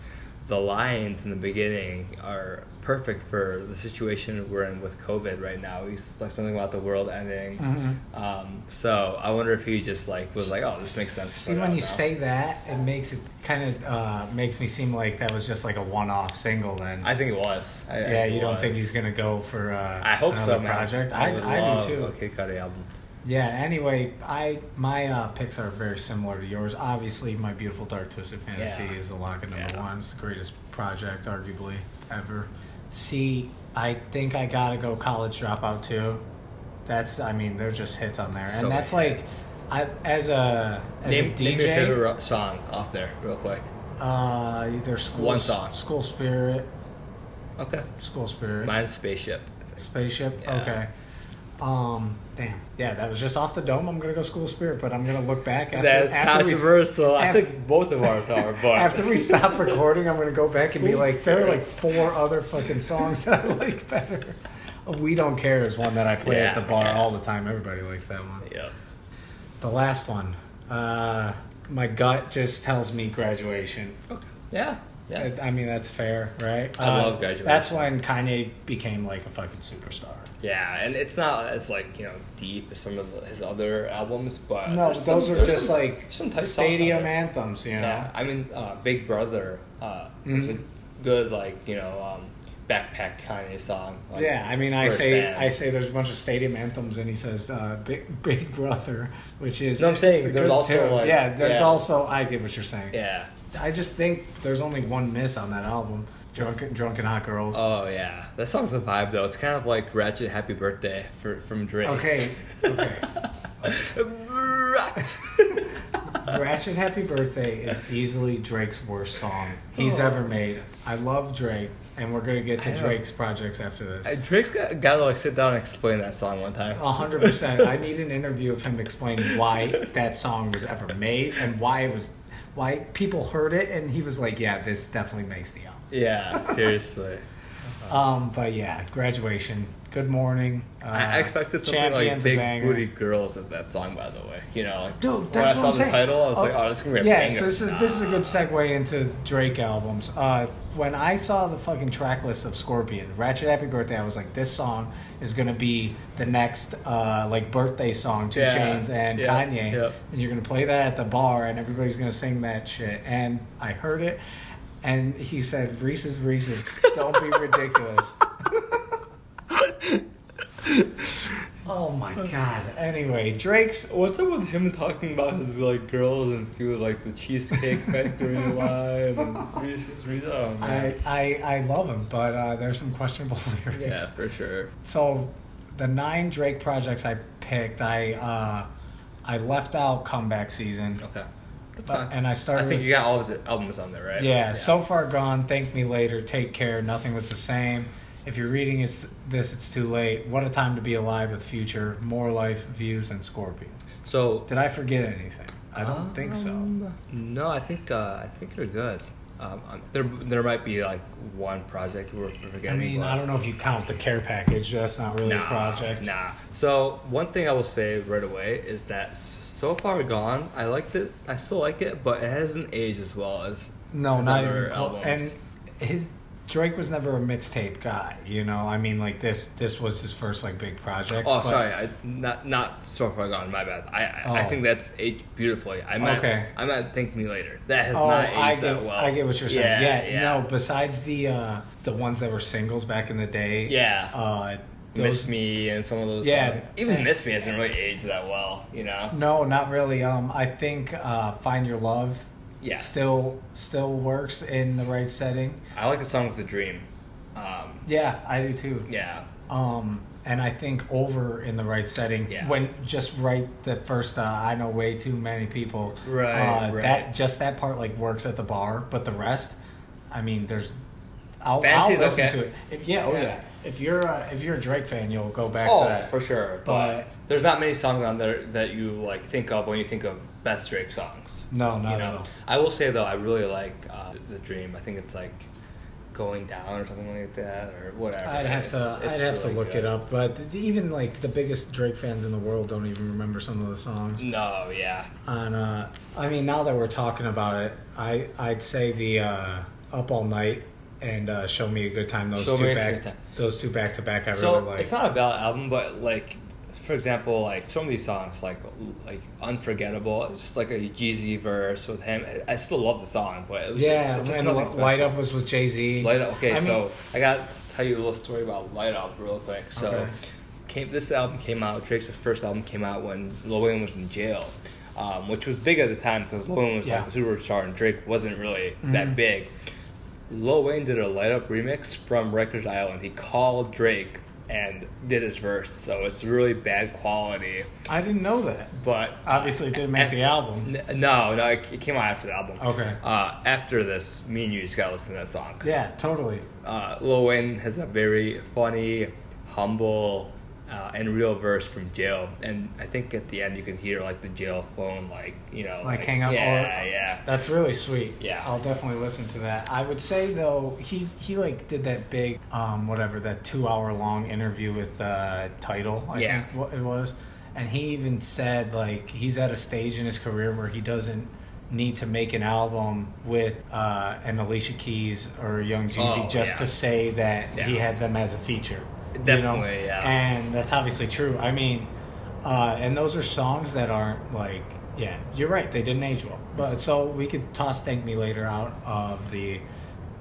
S2: the lines in the beginning are perfect for the situation we're in with COVID right now. He's like something about the world ending.
S1: Mhm.
S2: Um, so I wonder if he just like was like, oh, this makes sense. to
S1: See,
S2: put it
S1: when
S2: out
S1: you
S2: now."
S1: say that, it makes it kind of uh, makes me seem like that was just like a one off single. Then
S2: I think it was. I, I
S1: yeah,
S2: it
S1: you don't think
S2: was.
S1: he's gonna go for uh,
S2: I hope
S1: another
S2: so, man.
S1: project?
S2: I,
S1: I,
S2: would
S1: I,
S2: love
S1: do too.
S2: a Kid Cudi album.
S1: Yeah. Anyway, I my uh, picks are very similar to yours. Obviously, my beautiful dark twisted fantasy
S2: Yeah.
S1: is the lock of number
S2: Yeah.
S1: one. It's the greatest project, arguably ever. C, I think I gotta go college dropout too. That's I mean they're just hits on there,
S2: So
S1: and that's
S2: many
S1: like I, as a as
S2: Name,
S1: a
S2: name your
S1: DJ,
S2: favorite ro- song off there, real quick.
S1: uh, either school
S2: One song.
S1: school spirit,
S2: Okay.
S1: school spirit,
S2: Mine's spaceship. I think.
S1: Spaceship.
S2: Yeah.
S1: Okay. Um. Damn. Yeah, that was just off the dome. I'm gonna go School Spirit, but I'm gonna look back after.
S2: That's
S1: after we-
S2: controversial. I
S1: after-
S2: think both of ours are,
S1: <laughs>
S2: but
S1: After we stop recording, I'm gonna go back and be like, there are like four other fucking songs that I like better. <laughs> We don't care is one that I play at the
S2: Yeah,
S1: bar
S2: yeah.
S1: all the time. Everybody likes that one.
S2: <laughs> yeah,
S1: The last one. Uh, my gut just tells me graduation.
S2: yeah, yeah.
S1: I I mean, that's fair, right? Uh,
S2: I love Graduation.
S1: That's when Kanye became like a fucking superstar.
S2: Yeah, and it's not as like you know deep as some of his other albums, but
S1: No,
S2: Uh, there's
S1: those
S2: some-
S1: are
S2: there's
S1: just
S2: some-
S1: like
S2: some tight songs on
S1: stadium
S2: there.
S1: anthems, you know.
S2: Yeah, I mean uh, Big Brother uh, was a
S1: Mhm.
S2: good like you know um, backpack Kanye song. Like,
S1: Yeah, I mean, I
S2: for his
S1: say
S2: fans.
S1: I say there's a bunch of stadium anthems, and he says uh, "Big Big Brother," which is.
S2: No, I'm saying
S1: it's a
S2: there's
S1: good
S2: also, like-
S1: yeah, there's
S2: yeah.
S1: also. I get what you're saying.
S2: yeah.
S1: I just think there's only one miss on that album, "Drunken Drunken Hot Girls."
S2: Oh yeah, that song's the vibe though. It's kind of like Ratchet Happy Birthday for, from Drake.
S1: okay, okay. <laughs> <laughs> Ratchet Happy Birthday is easily Drake's worst song he's
S2: Oh.
S1: ever made. I love Drake, and we're gonna get
S2: I
S1: to
S2: know.
S1: Drake's projects after this.
S2: Uh, Drake's got, got to like sit down and explain that song one time.
S1: A hundred percent. I need an interview of him explaining why that song was ever made and why it was, why people heard it, and he was like, "Yeah, this definitely makes the album."
S2: <laughs> Yeah, seriously.
S1: Um, but yeah, graduation. Good morning. Uh,
S2: I I expected something
S1: Champions, a
S2: like Big
S1: banger.
S2: Booty Girls with that song, by the way. You know, like
S1: Dude,
S2: when I
S1: that's what
S2: saw
S1: I'm
S2: the
S1: saying.
S2: title, I was like, oh, this is gonna be a
S1: yeah.
S2: banger.
S1: This is this is a good segue into Drake albums. Uh, when I saw the fucking track list of Scorpion, Ratchet Happy Birthday, I was like, this song is gonna be the next uh, like birthday song to
S2: Yeah.
S1: Chains and
S2: Yep.
S1: Kanye,
S2: Yep.
S1: and you're gonna play that at the bar, and everybody's gonna sing that shit. And I heard it, and he said, Reese's Reese's, don't
S2: <laughs>
S1: be ridiculous. <laughs> Oh my god. Anyway, Drake's
S2: What's up with him talking about his like girls and few like the Cheesecake Factory live and Reese's Reese's? Oh,
S1: I,
S2: man.
S1: I, I love him, but uh, there's some questionable <laughs> lyrics.
S2: yeah, for sure.
S1: So, the nine Drake projects I picked, I uh, I left out comeback season.
S2: Okay,
S1: But-
S2: that's fine.
S1: and I started
S2: I think
S1: with-
S2: you got all of his albums on there, right?
S1: Yeah, so far gone. Thank me later. Take care. Nothing was the same. If you're reading is- this, it's too late. What a time to be alive with Future, More Life, Views, and Scorpion.
S2: So
S1: Did I forget anything? I don't think so.
S2: Um, No, I think uh, I think you're good. Um, um, there there might be like one project we're forgetting.
S1: I mean,
S2: but-
S1: I don't know if you count the care package. That's not really a project.
S2: Nah. So one thing I will say right away is that s- so far gone, I liked it. I still like it, but it hasn't aged as well as
S1: No,
S2: his
S1: not
S2: other
S1: even close.
S2: albums.
S1: And his Drake was never a mixtape guy. You know, I mean, like this. This was his first like big project.
S2: Oh,
S1: but-
S2: sorry, I, not not so far gone. My bad. I I, I
S1: Oh.
S2: think that's aged beautifully. I meant
S1: Okay.
S2: I meant think me later. That has
S1: Oh,
S2: not aged
S1: I
S2: that
S1: get,
S2: well.
S1: I get what you're saying. Yeah, no.
S2: but
S1: Besides the uh, the ones that were singles back in the day.
S2: Yeah.
S1: Uh,
S2: miss
S1: those,
S2: me and some of those.
S1: Yeah,
S2: songs. even
S1: and-
S2: miss me hasn't really aged that well. You know.
S1: no, not really. Um, I think uh, "Find Your Love"
S2: Yes.
S1: still still works in the right setting.
S2: I like the song with the dream. Um,
S1: Yeah, I do too.
S2: yeah.
S1: Um, and I think over in the right setting
S2: Yeah.
S1: when just right the first uh, I know way too many people.
S2: Right,
S1: uh,
S2: right.
S1: That just that part like works at the bar, but the rest, I mean, there's. I'll, I'll
S2: Fancy's
S1: listen
S2: okay.
S1: to it. If, yeah, oh
S2: Yeah.
S1: yeah. If you're a, if you're a Drake fan, you'll go back
S2: oh,
S1: to that
S2: for sure. But,
S1: But-
S2: there's not many songs on there that you like think of when you think of best Drake songs.
S1: No,
S2: you
S1: not at
S2: know?
S1: all.
S2: I will say though, I really like uh, the Dream. I think it's like going down or something like that or whatever.
S1: I'd have
S2: It's-
S1: to
S2: it's
S1: I'd have to
S2: really
S1: look
S2: good.
S1: it up, but th- even like the biggest Drake fans in the world don't even remember some of the songs.
S2: No, yeah,
S1: On uh, I mean, now that we're talking about it, I I'd say the uh, Up All Night and uh, Show Me a Good Time. Those
S2: Show Me
S1: two
S2: a
S1: back
S2: Good Time.
S1: those two back to back. I
S2: so
S1: really like.
S2: it's not a bad album, but like, for example, like some of these songs, like like unforgettable, it's just like a Jeezy verse with him. I I still love the song, but it was
S1: yeah,
S2: just, it's just
S1: and
S2: nothing
S1: Li- Light
S2: special.
S1: Up was with Jay Z.
S2: Light Up. Okay, so I got to tell you a little story about Light Up real quick. So,
S1: Okay.
S2: came this album came out. Drake's first album came out when Lil Wayne was in jail, um, which was big at the time because Lil Wayne was
S1: Yeah. Mm-hmm.
S2: like a superstar and Drake wasn't really that big. Lil Wayne did a Light Up remix from Records Island. He called Drake and did his verse, so it's really bad quality.
S1: I didn't know that.
S2: But
S1: Obviously, it didn't make Uh, the album.
S2: N- No, no, it it came out after the album.
S1: Okay.
S2: Uh, after this, me and you just gotta listen to that song. 'cause
S1: Yeah, totally.
S2: uh, Lil Wayne has a very funny, humble, uh, and real verse from jail. And I think at the end you can hear like the jail phone, like you know,
S1: Like, hang up.
S2: Yeah,
S1: or,
S2: yeah.
S1: <laughs> That's really sweet.
S2: Yeah.
S1: I'll definitely listen to that. I would say though, he he like did that big um whatever that two hour long interview with uh Title. I
S2: Yeah.
S1: think what it was, and he even said like he's at a stage in his career where he doesn't need to make an album with uh an Alicia Keys or a Young Jeezy
S2: Oh,
S1: just
S2: yeah.
S1: to say that he
S2: Yeah.
S1: had them as a feature.
S2: Definitely, yeah.
S1: And that's obviously true. I mean, uh, and those are songs that aren't like, yeah, you're right. They didn't age well. But so we could toss "Thank Me Later" out of the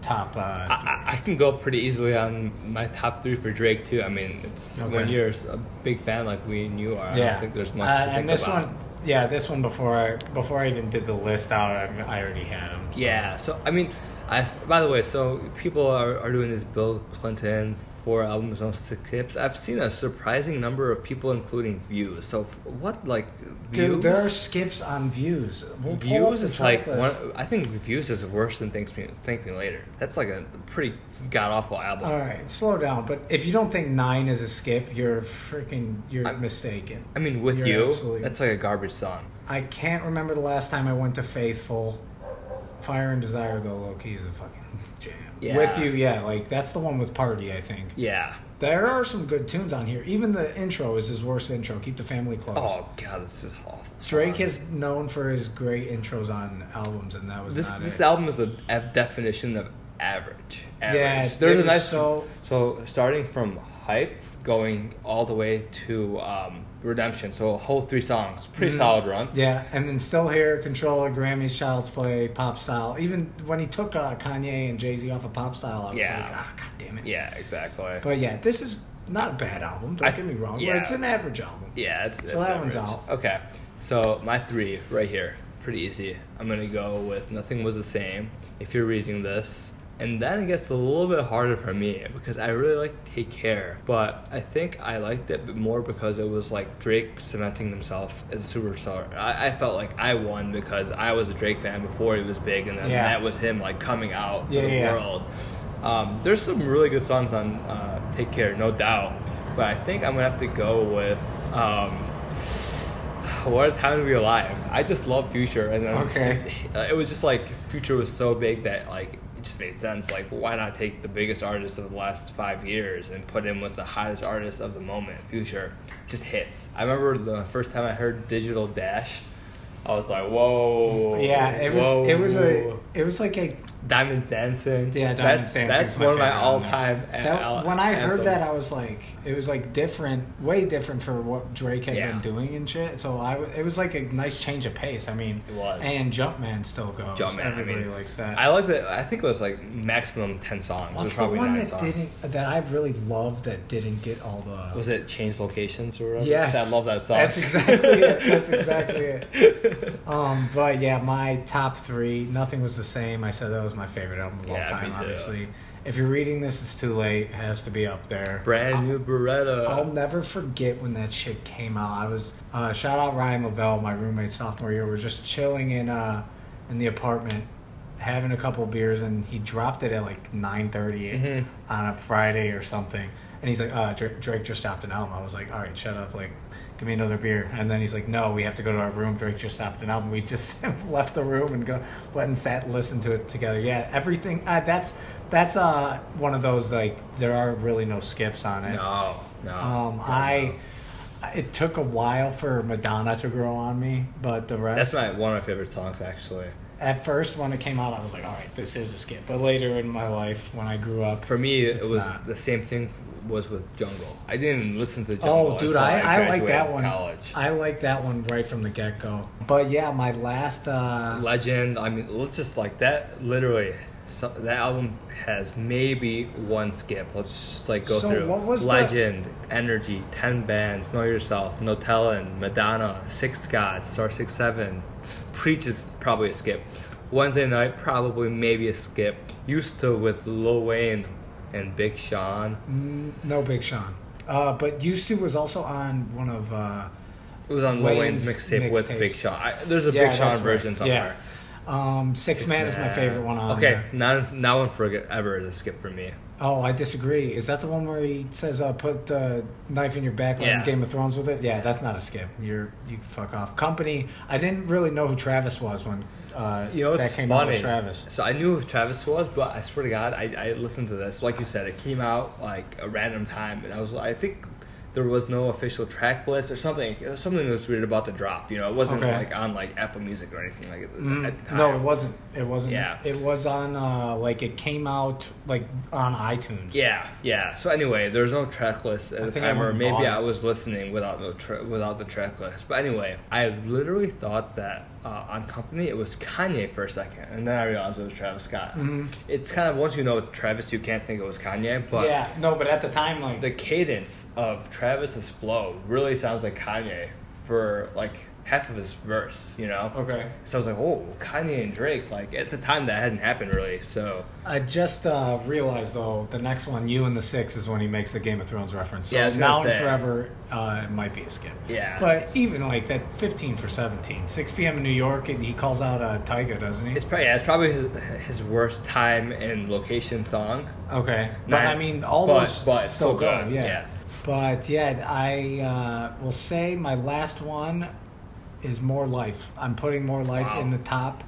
S1: top. Uh,
S2: I, I- I can go pretty easily on my top three for Drake too. I mean, it's
S1: Okay.
S2: when you're a big fan like we and you are. I
S1: yeah,
S2: don't think there's much
S1: Uh,
S2: to think
S1: and this
S2: about.
S1: one, yeah, this one before I before I even did the list out, I, I already had them.
S2: Yeah. So I mean, I by the way, so people are, are doing this Bill Clinton four albums on six tips. I've seen a surprising number of people including views. So what like views?
S1: Dude, there are skips on views. We'll pull up
S2: Views
S1: the
S2: is like
S1: track
S2: one,
S1: list.
S2: I think Views is worse than Thanks Me Thank Me Later. That's like a pretty god awful album.
S1: All right, slow down. But if you don't think nine is a skip, you're freaking you're
S2: I'm-
S1: mistaken.
S2: I mean, with
S1: You're
S2: you,
S1: absolutely-
S2: that's like a garbage song.
S1: I can't remember the last time I went to Faithful. Fire and Desire, though, low key is a fucking jam.
S2: Yeah.
S1: With you, yeah, like that's the one with Party, I think.
S2: Yeah.
S1: There are some good tunes on here. Even the intro is his worst intro. Keep the family close.
S2: Oh god, this is awful.
S1: Drake
S2: song.
S1: is known for his great intros on albums, and that was
S2: This
S1: not
S2: this
S1: it.
S2: album is the F definition of average. average.
S1: Yeah,
S2: there's a
S1: it
S2: nice
S1: is so-
S2: so starting from hype, going all the way to um, redemption. So a whole three songs, pretty solid run.
S1: Mm-hmm. Yeah, and then still here, Controller, Grammys, Child's Play, Pop Style. Even when he took uh, Kanye and Jay Z off of Pop Style, I was
S2: Yeah.
S1: like, ah, god damn it.
S2: Yeah, exactly.
S1: But yeah, this is not a bad album. Don't
S2: I-
S1: get me wrong.
S2: yeah.
S1: But it's an average album.
S2: yeah, it's, it's
S1: So that one's
S2: average.
S1: out.
S2: Okay, so my three right here, pretty easy. I'm gonna go with nothing was the same. If you're reading this. And then it gets a little bit harder for me because I really like Take Care, but I think I liked it more because it was like Drake cementing himself as a superstar. I, I felt like I won because I was a Drake fan before he was big, and then
S1: Yeah.
S2: that was him like coming out to
S1: Yeah,
S2: the
S1: yeah, yeah.
S2: world. Um, there's some really good songs on uh, Take Care, no doubt. But I think I'm gonna have to go with um, <sighs> What a Time to Be Alive. I just love Future, and then
S1: Okay.
S2: <laughs> uh, it was just like Future was so big that like it just made sense. Like, why not take the biggest artist of the last five years and put him with the hottest artist of the moment, Future? Just hits. I remember the first time I heard Digital Dash, I was like, whoa.
S1: Yeah, it was it was a
S2: whoa.
S1: it was like a
S2: Diamond Dancing.
S1: Yeah, Diamond
S2: that's,
S1: Dancing's
S2: That's
S1: my
S2: one of my
S1: favorite on
S2: all
S1: there.
S2: time.
S1: That- when I heard that, I was like, it was like different, way different for what Drake had
S2: Yeah.
S1: been doing and shit. So I, w- it was like a nice change of pace. I mean,
S2: It was.
S1: And Jumpman still goes.
S2: Jumpman, I
S1: Everybody
S2: mean,
S1: likes that.
S2: I liked it. I think it was like maximum ten songs. it was
S1: What's the
S2: probably
S1: one
S2: nine
S1: that
S2: songs.
S1: didn't that I really loved that didn't get all the
S2: Was it Change Locations or whatever?
S1: Yes.
S2: I love that song.
S1: That's exactly it. That's exactly
S2: <laughs>
S1: it. Um, but yeah, my top three. Nothing was the same. I said that was my favorite album of
S2: Yeah,
S1: all
S2: me
S1: time.
S2: too.
S1: Obviously, if you're reading this, it's too late. It has to be up there. Uh,
S2: Brand new Beretta.
S1: I'll never forget when that shit came out. I was uh, shout out Ryan Lavelle, my roommate sophomore year. We're just chilling in uh in the apartment, having a couple beers, and he dropped it at like nine
S2: Mhm.
S1: on a Friday or something. And he's like, uh, Drake, Drake just stopped an album. I was like, all right, shut up, like, give me another beer. And then he's like, no, we have to go to our room. Drake just stopped an album. We just <laughs> left the room and go went and sat and listened to it together. Yeah, everything. Uh, that's that's uh one of those like there are really no skips on it.
S2: no, no.
S1: Um,
S2: no,
S1: I
S2: no.
S1: it took a while for Madonna to grow on me, but the rest.
S2: That's my one of my favorite songs actually.
S1: At first, when it came out, I was like, "All right, this is a skip." But later in my life, when I grew up,
S2: For me,
S1: It's
S2: it was
S1: not.
S2: the same thing. Was with Jungle. I didn't even listen to Jungle.
S1: oh, dude,
S2: until
S1: I, I, like
S2: graduated
S1: that one.
S2: College.
S1: I like that one right from the get go. But yeah, my last. Uh,
S2: legend. I mean, let's just like that. Literally, so, that album has maybe one skip. Let's just like go
S1: So
S2: through.
S1: what was the-
S2: legend, energy, ten bands, know yourself, no telling, Madonna, six gods, star six seven, preach is probably a skip. Wednesday night probably maybe a skip. Used to with Lil Wayne and Big Sean.
S1: n- no, Big Sean. Uh, but used to was also on one of. Uh,
S2: It was on Lil Wayne's
S1: Wayne's
S2: mixtape with
S1: mixtapes.
S2: Big Sean. I, there's a
S1: yeah,
S2: Big Sean
S1: that's right.
S2: version
S1: Yeah.
S2: somewhere.
S1: Um, Six,
S2: Six
S1: Man, is my favorite one on.
S2: Okay,
S1: there.
S2: not not one forget ever is a skip for me.
S1: Oh, I disagree. Is that the one where he says, uh, "Put the knife in your back like
S2: Yeah.
S1: Game of Thrones with it"? Yeah, that's not a skip. You're you can fuck off. Company. I didn't really know who Travis was when uh,
S2: You know, it's
S1: that came
S2: funny.
S1: out with Travis.
S2: So I knew who Travis was, but I swear to God, I, I listened to this. Like you said, it came out like a random time, and I was I think there was no official track list or something. It was something that was weird about the drop. You know, it wasn't
S1: Okay.
S2: like on like Apple Music or anything like at the,
S1: Mm,
S2: at the time.
S1: no, it wasn't. It wasn't.
S2: Yeah.
S1: It was on uh, like it came out like on iTunes.
S2: Yeah, yeah. So anyway, there was no track list at
S1: I
S2: the
S1: think I
S2: time, or
S1: went
S2: maybe
S1: blind.
S2: I was listening without the tra- without the track list. But anyway, I literally thought that uh, on Company it was Kanye for a second, and then I realized it was Travis Scott.
S1: Mm-hmm.
S2: It's kind of once you know it's Travis, you can't think it was Kanye, but
S1: yeah. No, but at the time, like
S2: the cadence of Travis's flow really sounds like Kanye for like half of his verse, you know.
S1: okay.
S2: So I was like, oh, Kanye and Drake. Like at the time, that hadn't happened really. So
S1: I just uh, realized though the next one, you and the six, is when he makes the Game of Thrones reference. So
S2: Yeah, I was gonna
S1: now and
S2: say.
S1: forever, uh, it might be a skip.
S2: Yeah.
S1: But even like that, fifteen for 17, 6 p.m. in New York, and he calls out uh, Tyga, doesn't he?
S2: It's probably yeah, it's probably his, his worst time and location song.
S1: okay, but I mean, all
S2: but-
S1: those
S2: but it's
S1: still
S2: still
S1: go,
S2: good,
S1: yeah.
S2: yeah.
S1: But yeah, I uh, will say my last one is more life. I'm putting more life
S2: Wow.
S1: in the top,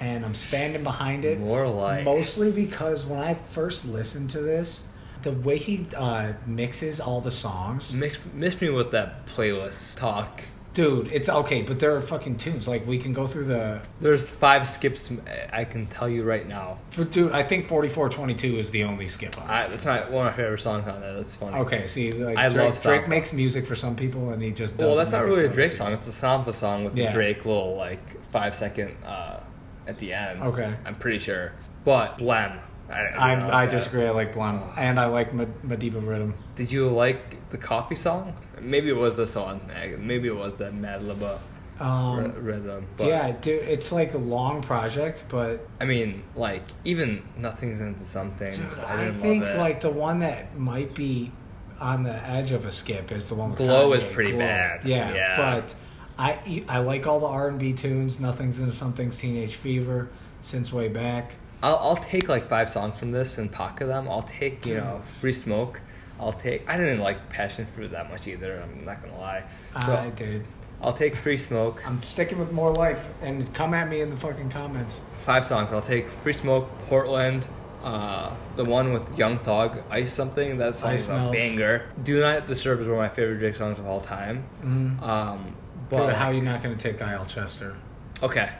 S1: and I'm standing behind it.
S2: More like
S1: Mostly because when I first listened to this, the way he uh, mixes all the songs,
S2: mix, miss me with that playlist talk.
S1: dude, it's okay. But there are fucking tunes like we can go through the.
S2: There's five skips I can tell you right now.
S1: For, dude, I think forty four twenty two is the only skip on. it.
S2: I, that's my one of my favorite songs on that. That's funny.
S1: okay, see, like
S2: I
S1: Drake,
S2: love
S1: Drake
S2: Southpaw.
S1: makes music for some people, and he just does
S2: Well, that's not really a Drake
S1: Drake
S2: song. It's a Sampha song with
S1: Yeah.
S2: the Drake little like five second uh, at the end.
S1: Okay.
S2: I'm pretty sure. But Blem, I,
S1: I,
S2: don't know
S1: I
S2: that.
S1: disagree. I like Blum, and I like Ma- Madiba Rhythm.
S2: Did you like the coffee song? Maybe it was the song. Maybe it was that Mad Lib
S1: Um,
S2: rhythm.
S1: yeah, dude, it's like a long project, but
S2: I mean, like even nothing's into something.
S1: Dude,
S2: I,
S1: I,
S2: didn't
S1: think
S2: love it.
S1: like the one that might be on the edge of a skip is the one with
S2: Glow
S1: Kanye,
S2: is pretty bad.
S1: Yeah,
S2: Yeah.
S1: but I I like all the R and B tunes. Nothing's into something's Teenage Fever since way back.
S2: I'll, I'll take like five songs from this and pocket them. I'll take you know free smoke. I'll take. I didn't like passion fruit that much either. I'm not gonna lie. So
S1: I did.
S2: I'll take free smoke.
S1: I'm sticking with more life, and come at me in the fucking comments.
S2: Five songs. I'll take free smoke. Portland. Uh, the one with Young Thug, Ice something. That song
S1: Ice
S2: is a
S1: Melts.
S2: banger. Do Not Disturb is one of my favorite Drake songs of all time.
S1: Mm.
S2: Um,
S1: But
S2: but
S1: how are you not going to take IL Chester?
S2: Okay.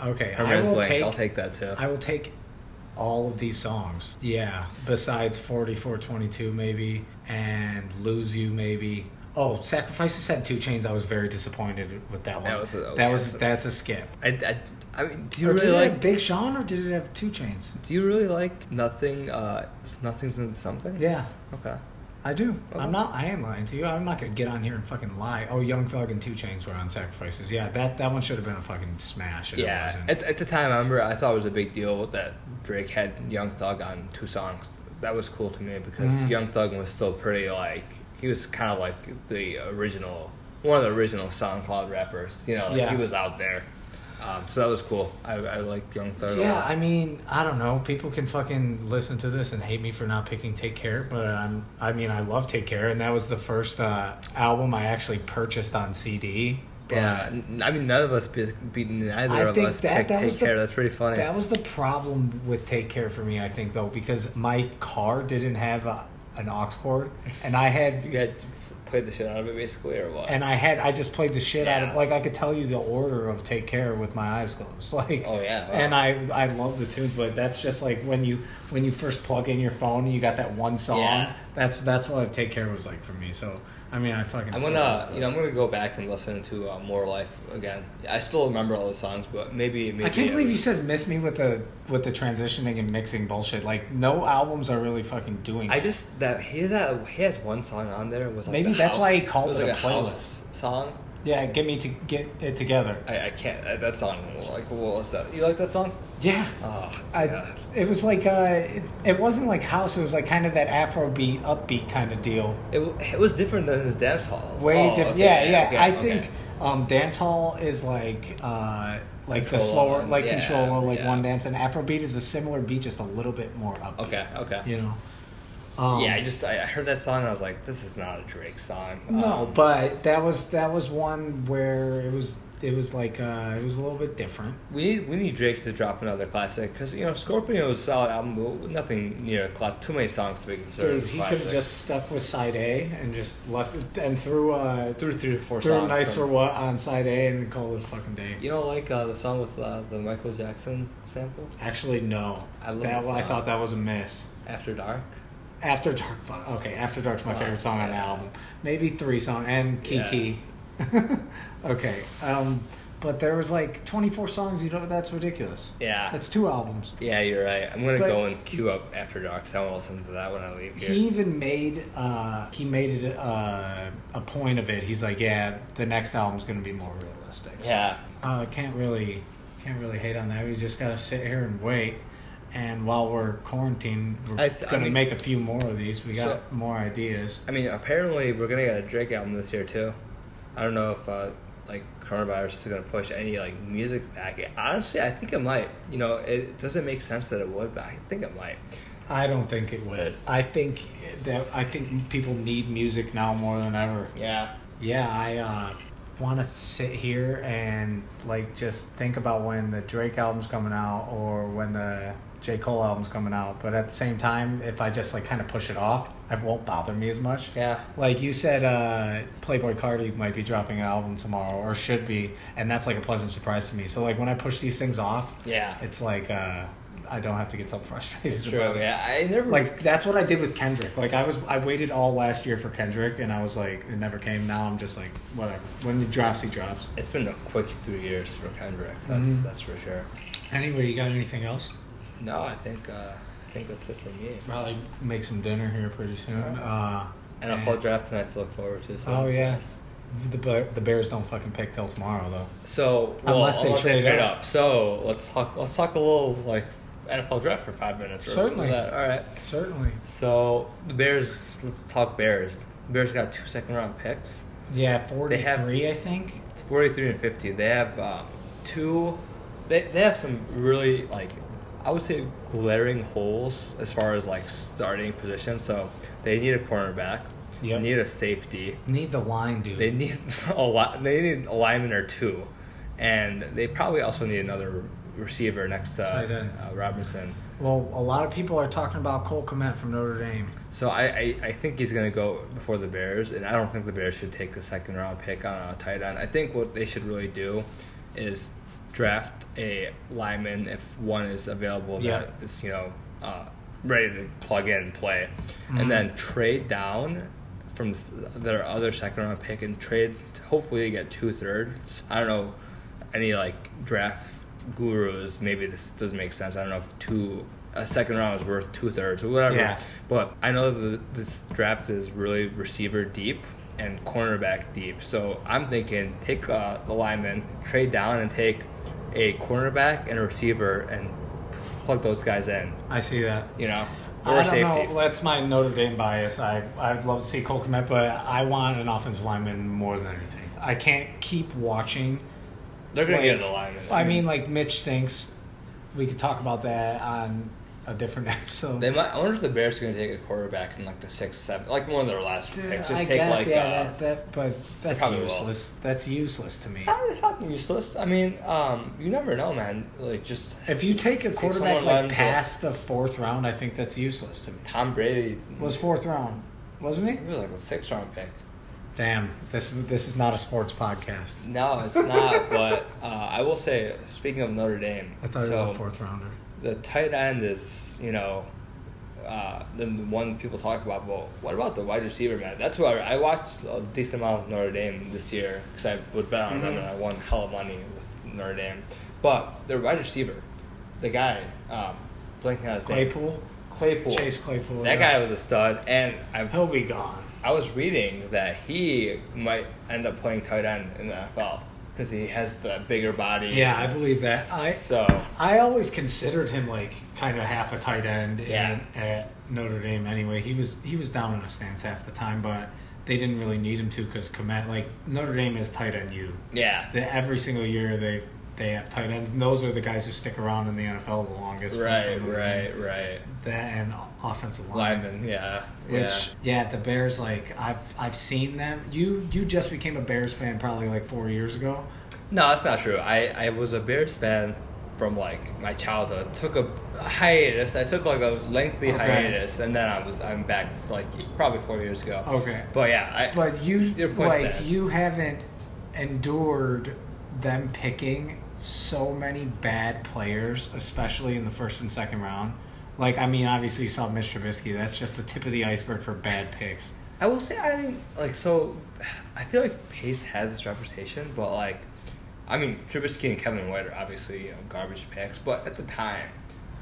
S1: Okay, I
S2: Herman's
S1: will
S2: Lake.
S1: take,
S2: I'll take that too.
S1: I will take all of these songs. Yeah, besides 4422 maybe and Lose You maybe. Oh, Sacrifices said Two Chains. I was very disappointed with that one.
S2: That was a-
S1: that was that's a skip.
S2: I, I, I mean, do
S1: or
S2: you
S1: did
S2: really
S1: it
S2: like?
S1: have Big Sean or did it have Two Chains?
S2: do you really like nothing? Uh, nothing's in something.
S1: Yeah,
S2: Okay.
S1: I do.
S2: Oh.
S1: I'm not. I am lying to you. I'm not gonna get on here and fucking lie. Oh, Young Thug and Two Chains were on Sacrifices. Yeah, that that one should have been a fucking smash. and it
S2: Yeah.
S1: wasn't.
S2: At, at the time, I remember I thought it was a big deal that Drake had Young Thug on two songs. That was cool to me because
S1: Mhm.
S2: Young Thug was still pretty like he was kind of like the original, one of the original SoundCloud rappers. You know, like,
S1: Yeah.
S2: he was out there. Um, so that was cool. I, I like Young Thug. a
S1: Yeah,
S2: lot.
S1: I mean, I don't know. People can fucking listen to this and hate me for not picking Take Care, but I'm, I mean, I love Take Care, and that was the first uh, album I actually purchased on CD. But
S2: Yeah, n- I mean, none of us, be, be, neither
S1: I
S2: of
S1: think
S2: us
S1: that-
S2: picked
S1: that
S2: Take
S1: was the-
S2: Care. That's pretty funny.
S1: That was the problem with Take Care for me, I think, though, because my car didn't have a, an aux cord, and I had
S2: you had played the shit out of it basically, or what?
S1: and I had I just played the shit out
S2: Yeah.
S1: of like I could tell you the order of Take Care with my eyes closed. <laughs> Like
S2: Oh, yeah, wow.
S1: And I I love the tunes, but that's just like when you when you first plug in your phone and you got that one song.
S2: Yeah.
S1: That's that's what Take Care was like for me. So I mean I fucking
S2: I'm
S1: suck.
S2: gonna, you know, I'm gonna go back and listen to uh, More Life again. I still remember all the songs, but maybe, maybe uh,
S1: I can't
S2: it
S1: believe you
S2: was-
S1: said miss me with the with the transitioning and mixing bullshit. Like no albums are really fucking doing.
S2: I
S1: that.
S2: just that he has that he has one song on there with like
S1: Maybe
S2: the
S1: that's why he
S2: house-
S1: called
S2: was
S1: it
S2: like
S1: a
S2: house song.
S1: yeah, get me to get it together.
S2: I, I can't uh, that song like what was that? You like that song?
S1: Yeah.
S2: Oh,
S1: I,
S2: God.
S1: it was like uh, it, it wasn't like house. It was like kind of that Afrobeat, upbeat kind of deal.
S2: It, w- it was different than his dance hall.
S1: way
S2: Oh,
S1: different. yeah,
S2: okay,
S1: yeah.
S2: okay,
S1: I
S2: okay.
S1: think um, dance hall is like uh, like the
S2: Control
S1: slower,
S2: and-
S1: like
S2: yeah,
S1: control, like
S2: yeah.
S1: one dance, and Afrobeat is a similar beat, just a little bit more upbeat.
S2: Okay, okay.
S1: You know. Um,
S2: yeah, I just I I heard that song and I was like, this is not a Drake song.
S1: no,
S2: Um,
S1: but that was that was one where it was it was like uh, it was a little bit different.
S2: we need we need Drake to drop another classic because you know Scorpion was a solid album, but nothing near a class. Too many songs to be considered.
S1: Dude, he could
S2: classic.
S1: have just stuck with side A and just left it and threw uh,
S2: threw three or four
S1: threw
S2: songs.
S1: nice
S2: from-
S1: for what on side A and called it a fucking day.
S2: You know, like uh, the song with uh, the Michael Jackson sample,
S1: Actually, no.
S2: I love
S1: that
S2: that
S1: one, I
S2: song.
S1: thought that was a miss.
S2: After Dark.
S1: After Dark, fuck, okay. After Dark's my
S2: Wow.
S1: favorite song on the album. Maybe three song and Kiki. <laughs> okay, um, but there was like twenty four songs. You know that's ridiculous.
S2: Yeah.
S1: that's two albums.
S2: yeah, you're right. I'm gonna
S1: But-
S2: go and queue up After Dark. 'cause I want to listen to that when I leave here.
S1: He even made uh, he made it uh, a point of it. He's like, yeah, the next album's gonna be more realistic. So,
S2: yeah.
S1: uh, can't really can't really hate on that. We just gotta sit here and wait. And while we're quarantined, we're
S2: I th- I
S1: gonna
S2: mean-
S1: make a few more of these. We
S2: So-
S1: got more ideas.
S2: I mean, apparently we're gonna get a Drake album this year too. I don't know if uh, like coronavirus is gonna push any like music back. Honestly, I think it might. You know, it doesn't make sense that it would, but I think it might.
S1: I don't think it would. I think that I think people need music now more than ever.
S2: Yeah.
S1: Yeah, I uh, want to sit here and like just think about when the Drake album's coming out or when the J Cole album's coming out. But at the same time, if I just like kind of push it off, it won't bother me as much.
S2: Yeah.
S1: Like you said, uh, Playboy Cardi might be dropping an album tomorrow or should be, and that's like a pleasant surprise to me. So like when I push these things off,
S2: Yeah.
S1: it's like uh, I don't have to get so <laughs> frustrated.
S2: It's true.
S1: about it
S2: Yeah, I never
S1: like that's what I did with Kendrick. Like I was I waited all last year for Kendrick and I was like it never came. Now I'm just like whatever. When he drops, he drops.
S2: It's been a quick three years for Kendrick. That's
S1: Mhm.
S2: that's for sure.
S1: Anyway, you got anything else?
S2: No, I think uh, I think that's it for me.
S1: Probably make some dinner here pretty soon. Uh
S2: And a full draft tonight to look forward to. So
S1: Oh
S2: that's
S1: yeah.
S2: nice.
S1: The Bear- the Bears don't fucking pick till tomorrow though.
S2: So well,
S1: Unless they trade up.
S2: up. So let's talk. Let's talk a little like NFL draft for five minutes. or let's do
S1: Certainly.
S2: that. All right.
S1: Certainly.
S2: So the Bears. Let's talk Bears. The Bears got two second round picks.
S1: Yeah,
S2: They
S1: forty
S2: have-
S1: three I think.
S2: It's forty three and fifty. They have um, two. They they have some really like I would say glaring holes as far as like starting position. So they need a cornerback.
S1: Yep.
S2: Need a safety.
S1: Need the line, dude.
S2: They need <laughs> a lot. They need a lineman or two, and they probably also need another receiver next to
S1: Tight end.
S2: uh, Robinson.
S1: Well, a lot of people are talking about Cole Komet from Notre Dame.
S2: So I, I, I think he's gonna go before the Bears, and I don't think the Bears should take a second round pick on a tight end. I think what they should really do is draft a lineman if one is available
S1: Yeah.
S2: that is you know uh, ready to plug in and play,
S1: Mhm.
S2: and then trade down from s- their other second round pick and trade. Hopefully, they get two thirds. I don't know any like draft gurus. Maybe this doesn't make sense. I don't know if two a second round is worth two thirds or whatever.
S1: Yeah.
S2: But I know that this draft is really receiver deep and cornerback deep. So I'm thinking take uh, the lineman, trade down, and take a cornerback and a receiver and plug those guys in.
S1: I see that.
S2: You know, or
S1: I
S2: a
S1: don't
S2: safety.
S1: know. That's my Notre Dame bias. I I'd love to see Cole Komet, but I want an offensive lineman more than anything. I can't keep watching.
S2: They're gonna
S1: like-
S2: get a lineman.
S1: I mean, like Mitch thinks. We could talk about that on a different <laughs> episode.
S2: They might. I wonder if the Bears are going to take a quarterback in like the sixth, seventh, like one of their last picks. Just
S1: I
S2: take
S1: guess,
S2: like
S1: yeah,
S2: uh,
S1: that, that, but that's
S2: probably will.
S1: useless. That's useless to me.
S2: How is that useless? I mean, um, you never know, man. Like just
S1: If you take a
S2: Take
S1: quarterback
S2: someone
S1: like
S2: lineman.
S1: past the fourth round, I think that's useless to me.
S2: Tom Brady
S1: Was fourth round, wasn't he?
S2: he was like a sixth round pick.
S1: Damn, this this is not a sports podcast.
S2: No, it's not. <laughs> but uh, I will say, speaking of Notre Dame,
S1: I thought
S2: so
S1: it was a fourth rounder.
S2: the tight end is you know uh, the one people talk about. But what about the wide receiver, man? That's why I, I watched a decent amount of Notre Dame this year because I would bet on them
S1: Mhm.
S2: and I won hell of money with Notre Dame. But their wide receiver, the guy, um, blanking on his name.
S1: Claypool,
S2: Claypool.
S1: Chase Claypool.
S2: That
S1: yeah.
S2: guy was a stud, and I
S1: He'll be gone.
S2: I was reading that he might end up playing tight end in the NFL because he has the bigger body.
S1: Yeah, I believe that. I
S2: so
S1: I always considered him like kind of half a tight end
S2: Yeah.
S1: in, at Notre Dame. Anyway, he was he was down in the stance half the time, but they didn't really need him to because Komet like Notre Dame is tight end you.
S2: yeah,
S1: That every single year they they have tight ends. And those are the guys who stick around in the NFL the longest.
S2: right,
S1: From Notre Dame.
S2: right, right.
S1: That and offensive line.
S2: Lineman, yeah,
S1: Which yeah. the Bears like I've I've seen them. You you just became a Bears fan probably like four years ago.
S2: yeah. No, that's not true. I I was a Bears fan from like my childhood. Took a hiatus. I took like a lengthy
S1: Okay.
S2: hiatus, and then I was I'm back like probably four years ago.
S1: Okay.
S2: But yeah, I
S1: But you
S2: Your point
S1: like
S2: stands.
S1: you haven't endured them picking so many bad players, especially in the first and second round. Like I mean, obviously you saw Mitch Trubisky. That's just the tip of the iceberg for bad picks.
S2: I will say, I mean, like, so I feel like Pace has this reputation, but like, I mean, Trubisky and Kevin White are obviously you know garbage picks, but at the time,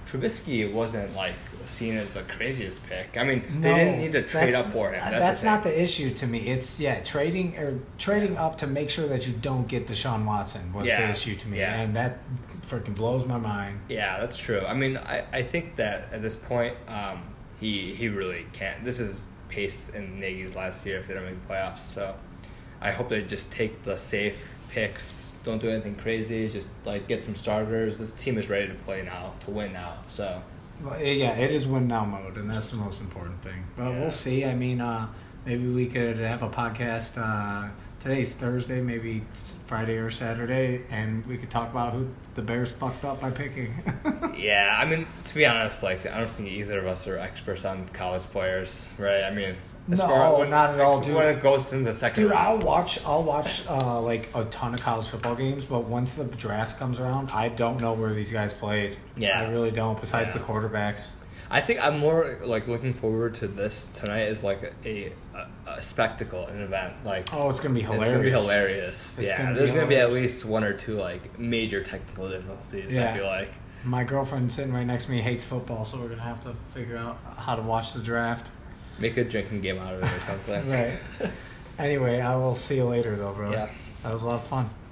S2: Trubisky wasn't like seen as the craziest pick. I mean, they didn't need to trade
S1: that's-
S2: up for him.
S1: uh,
S2: That's,
S1: That's,
S2: the
S1: not
S2: thing.
S1: the issue to me. It's yeah, trading or trading up to make sure that you don't get Deshaun Watson was the
S2: Yeah,
S1: issue to me,
S2: yeah.
S1: and that freaking blows my mind.
S2: Yeah, that's true. I mean, I, I think that at this point, um, he he really can't. This is Pace and Nagy's last year if they don't make the playoffs. So I hope they just take the safe picks. Don't do anything crazy. Just like get some starters. This team is ready to play now to win now. So
S1: Well, eh, yeah, it is win now mode, and that's the most important thing. But
S2: Yeah.
S1: we'll see. I mean, uh, maybe we could have a podcast. Uh, today's Thursday, maybe it's Friday or Saturday, and we could talk about who the Bears fucked up by picking. <laughs>
S2: yeah, I mean to be honest, like I don't think either of us are experts on college players, right? I mean, as
S1: No,
S2: far
S1: not at all,
S2: When
S1: dude.
S2: it goes into the second
S1: Dude, I'll
S2: round,
S1: watch. I'll watch uh, like a ton of college football games, but once the draft comes around, I don't know where these guys played.
S2: Yeah.
S1: I really don't. Besides the
S2: Yeah.
S1: quarterbacks,
S2: I think I'm more like looking forward to this tonight as like a a, a spectacle, an event. Like
S1: oh, it's gonna be hilarious.
S2: it's gonna be hilarious.
S1: It's
S2: yeah,
S1: gonna be
S2: there's gonna be at
S1: hilarious.
S2: least one or two like major technical difficulties.
S1: Yeah.
S2: I feel like
S1: My girlfriend sitting right next to me hates football, so we're gonna have to figure out how to watch the draft.
S2: make a drinking
S1: <laughs>
S2: game out of it or something. <laughs>
S1: Right. Anyway, I will see you later, though, bro.
S2: Yeah.
S1: That was a lot of fun.